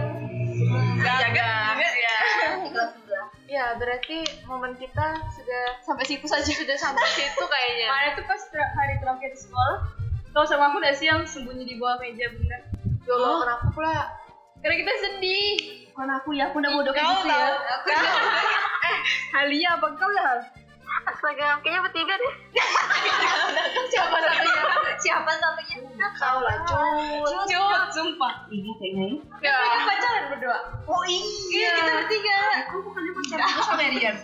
Speaker 1: gagal. Iya.
Speaker 2: Di kelas sebelah.
Speaker 1: Ya, berarti momen kita sudah sampai situ saja. Sudah sampai situ kayaknya. Kemarin tuh pas ter- hari terakhir di sekolah, kau sama aku udah siang sembunyi di bawah meja bunda. Ya Allah, kenapa pula? Karena kita sedih.
Speaker 3: Bukan aku ya, aku udah bodoh kayak gitu
Speaker 1: tahu.
Speaker 3: ya.
Speaker 1: Aku tahu. eh, Halia apa kau ya? Hal?
Speaker 4: Astaga, kayaknya bertiga deh.
Speaker 1: Siapa satunya?
Speaker 2: Siapa satunya?
Speaker 1: Kau lah, cut. Cut, sumpah.
Speaker 3: Iya kayaknya.
Speaker 1: Ya. Mereka pacaran berdua.
Speaker 2: Oh iya.
Speaker 1: Iya, kita bertiga.
Speaker 3: Aku bukannya pacaran aku sama Rian.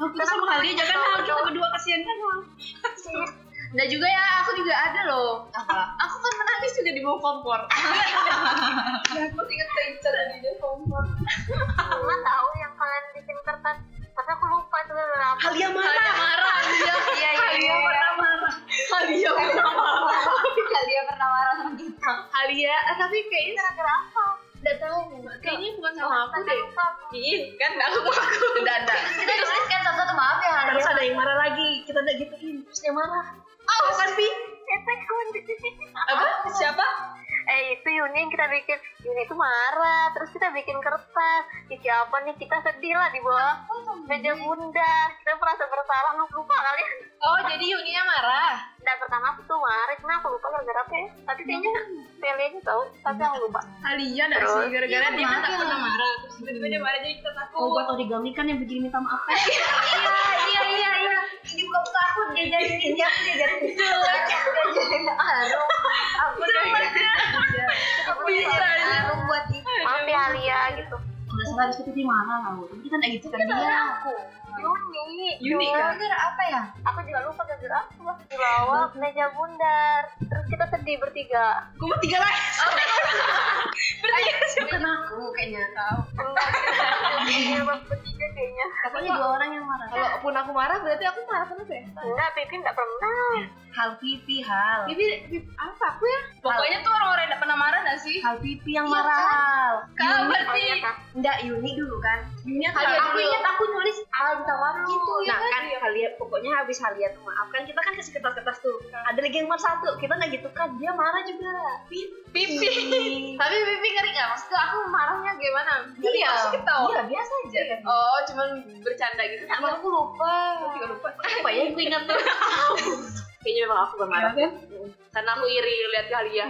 Speaker 3: Aku sama Halia
Speaker 1: ya kan?
Speaker 3: jangan Hal kita berdua kasihan kan Hal.
Speaker 1: Dan juga ya, aku juga ada loh. Aku kan menangis juga di bawah kompor. ya, aku ingat Rachel tadi di kompor.
Speaker 4: Cuma tahu yang kalian bikin kertas. Tapi aku lupa itu berapa.
Speaker 3: Halia
Speaker 1: Halia marah. Iya, iya,
Speaker 2: Halia
Speaker 1: pernah marah. Halia pernah marah.
Speaker 2: Dia pernah marah sama kita.
Speaker 1: Halia, eh, tapi kayaknya
Speaker 4: Kira-kira apa?
Speaker 2: Udah tahu.
Speaker 4: Iya.
Speaker 1: kayaknya bukan sama aku
Speaker 4: Tapi
Speaker 1: deh.
Speaker 4: lupa.
Speaker 1: Iya, kan aku aku. Danda.
Speaker 2: Kita tuliskan satu-satu maaf ya Hana.
Speaker 3: harus ada yang marah lagi kita nggak gituin terus dia marah oh pasti
Speaker 4: Itu Yuni.
Speaker 3: apa siapa
Speaker 4: Eh itu Yuni yang kita bikin. Yuni itu marah. Terus kita bikin kertas. Isi apa nih? Kita sedih lah di bawah meja bundar. Kita merasa bersalah. Nggak lupa kali.
Speaker 1: Oh, jadi Yunia marah.
Speaker 4: Nggak pertama aku tuh marah. Kenapa lupa gara-gara apa ya? Tapi kayaknya Feli aja tau. Tapi aku lupa.
Speaker 1: Alia nggak
Speaker 4: Terus?
Speaker 1: sih gara-gara dia kan tak
Speaker 2: marah.
Speaker 1: pernah marah. Terus tiba-tiba dia marah jadi kita takut.
Speaker 3: oh buat origami kan yang begini minta maaf kan
Speaker 2: iya iya iya iya ini bukan buka aku dia jadi ini aku dia jadi
Speaker 4: Aku udah
Speaker 2: aku dia jadi aku buat itu
Speaker 4: Maaf ya Alia gitu. Iya,
Speaker 3: udah salah habis itu dia marah tau tapi kita nggak gitu kan dia
Speaker 2: aku
Speaker 4: Yuni.
Speaker 1: Yuni
Speaker 4: Yun.
Speaker 1: kan?
Speaker 2: gara apa ya
Speaker 4: Aku juga lupa gara-gara apa. Di bawah meja bundar. Terus kita sedih bertiga.
Speaker 3: gue tiga lagi
Speaker 2: bukan aku kayaknya kau
Speaker 4: Enggak. Iya, bang, bertiga kayaknya.
Speaker 2: pokoknya dua orang yang marah
Speaker 1: Kalaupun aku marah berarti aku marah terus ya.
Speaker 4: Enggak, Pipi enggak pernah.
Speaker 2: hal pipi hal
Speaker 1: Jadi Bibi- apa aku ya? Pokoknya tuh orang-orang yang gak pernah marah gak sih?
Speaker 2: hal pipi yang
Speaker 1: Iya,
Speaker 2: marah
Speaker 1: kan?
Speaker 2: hal
Speaker 1: Kau
Speaker 4: Oh,
Speaker 1: berarti
Speaker 4: iya, Kak.
Speaker 2: enggak Yuni dulu kan
Speaker 1: Yunia
Speaker 2: Kalau
Speaker 1: kalian
Speaker 2: aku
Speaker 1: dulu.
Speaker 2: ingat aku nulis hal tawar gitu
Speaker 3: nah kan kalian pokoknya habis kalian tuh maaf kan kita kan kasih kertas-kertas tuh ada lagi yang marah satu kita nggak gitu kan dia marah juga
Speaker 1: Pipi. Tapi pipi ngeri gak? Maksudnya aku marahnya gimana? Iya. Masih ketawa.
Speaker 3: iya biasa aja
Speaker 1: Oh, cuman bercanda gitu.
Speaker 3: Tapi aku lupa
Speaker 1: Aku juga lupa.
Speaker 3: apa ya aku ingat tuh kayaknya memang aku bermarah
Speaker 1: Karena aku iri lihat Halia.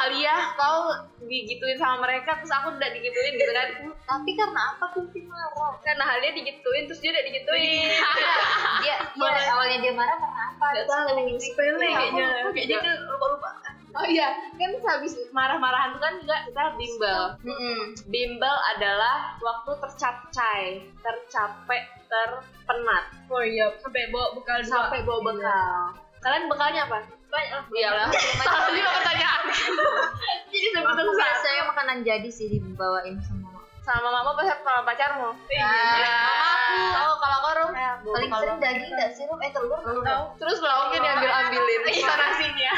Speaker 1: Halia, kau digituin sama mereka terus aku udah digituin gitu kan.
Speaker 2: tapi karena apa pipi marah
Speaker 1: Karena Halia digituin terus dia udah digituin.
Speaker 2: dia iya
Speaker 1: Marah.
Speaker 2: awalnya dia marah karena apa
Speaker 3: Gak tahu yang sepele kayaknya kayaknya dia lupa-lupa
Speaker 1: Oh iya, kan habis marah-marahan tuh kan juga kita bimbel. Bimbel adalah waktu tercapai, tercapek, terpenat.
Speaker 3: oh iya sampai bawa bekal
Speaker 1: Sampai bawa bekal. Kalian bekalnya apa?
Speaker 2: banyak
Speaker 1: Iyalah. Salah lima pertanyaan. Jadi sebetulnya
Speaker 2: aku
Speaker 1: susah.
Speaker 2: biasanya makanan jadi sih dibawain sama
Speaker 1: Sama mama apa sama pacarmu?
Speaker 2: Iya.
Speaker 1: Mama aku. Tahu kalau kau rum?
Speaker 4: Iya.
Speaker 2: paling sering daging nggak sirup eh telur telur
Speaker 1: Tahu. Terus lauknya diambil ambilin sana sini ya.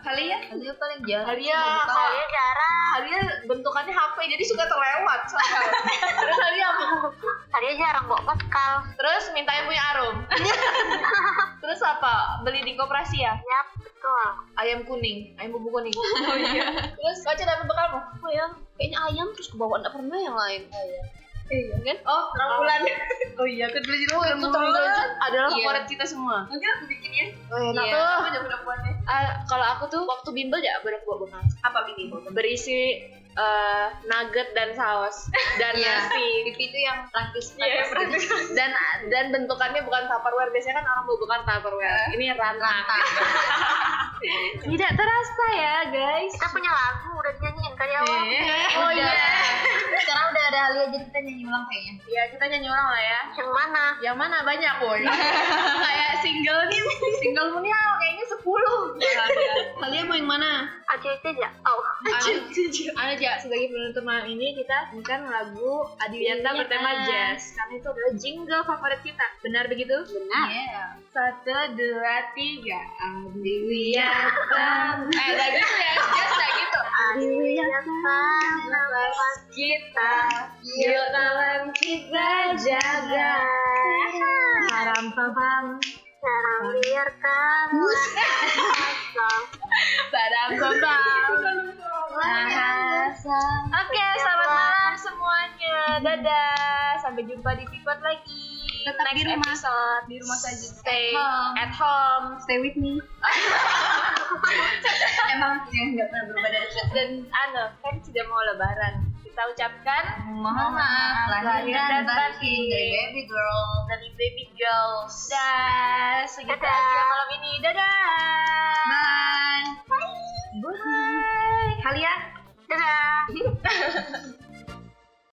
Speaker 2: kali ya kali ya paling jarang
Speaker 1: Halia,
Speaker 2: Bukan.
Speaker 4: Alia jarang.
Speaker 1: Halia bentukannya HP jadi suka terlewat. soalnya. Terus Halia apa?
Speaker 4: Alia jarang bawa bekal.
Speaker 1: Terus minta yang punya Arum. Terus apa? Beli di koperasi ya?
Speaker 4: Yap, betul.
Speaker 1: ayam kuning, ayam bumbu kuning. Oh iya. Terus baca dapat bekalmu?
Speaker 3: apa ya kayaknya ayam terus kebawa nggak pernah yang lain
Speaker 1: Iya kan? Oh,
Speaker 3: bulan oh iya aku beli
Speaker 1: Oh, itu terlalu adalah
Speaker 2: Iya.
Speaker 1: favorit kita semua.
Speaker 3: mungkin aku bikin ya
Speaker 1: Oh, enak
Speaker 2: Iya.
Speaker 1: tuh.
Speaker 3: udah udah buatnya
Speaker 1: Ah, kalau aku tuh waktu bimbel ya baru aku bawa bekal.
Speaker 3: apa bikin
Speaker 1: Berisi eh, nugget dan saus dan
Speaker 2: Iya.
Speaker 1: nasi
Speaker 2: pipi itu yang praktis
Speaker 3: Iya, praktis.
Speaker 1: dan dan bentukannya bukan tupperware biasanya kan orang bawa bekal tupperware. Ini Iya. rantang. Tidak terasa ya, guys.
Speaker 4: Kita punya lagu udah dinyanyiin kali awal.
Speaker 1: Oh iya.
Speaker 2: sekarang udah ada Alia jadi kita nyanyi ulang kayaknya
Speaker 1: Ya, kita nyanyi ulang lah ya.
Speaker 4: Yang mana?
Speaker 1: Yang mana banyak boy? Kayak single nih, single punya kayaknya 10 Kalian mau yang mana?
Speaker 4: Acu itu aja. Oh,
Speaker 1: Anu aja sebagai penutup malam ini kita bukan lagu Adiwiyanta bertema jazz karena itu adalah jingle favorit kita. Benar begitu? Benar.
Speaker 2: Iya.
Speaker 1: Satu dua tiga Adiwiyanta. eh gak gitu ya, jazz gak gitu.
Speaker 4: sana pas
Speaker 1: Kita yuk malam kita jaga. Haram pam
Speaker 4: jarang biarkan.
Speaker 1: Haram pam. Oke, selamat malam semuanya. Dadah. Sampai jumpa di Pipot lagi.
Speaker 2: Tetap di rumah.
Speaker 1: episode.
Speaker 2: Di rumah saja.
Speaker 1: Stay
Speaker 2: At home.
Speaker 1: at home.
Speaker 2: Stay with me. Emang ya nggak pernah berubah dari kita.
Speaker 1: Dan anu, kan sudah mau lebaran. Kita ucapkan
Speaker 2: Mohon maaf lahir dan batin dari baby girl.
Speaker 1: dari baby girls. Dah, segitu aja malam ini. Dadah.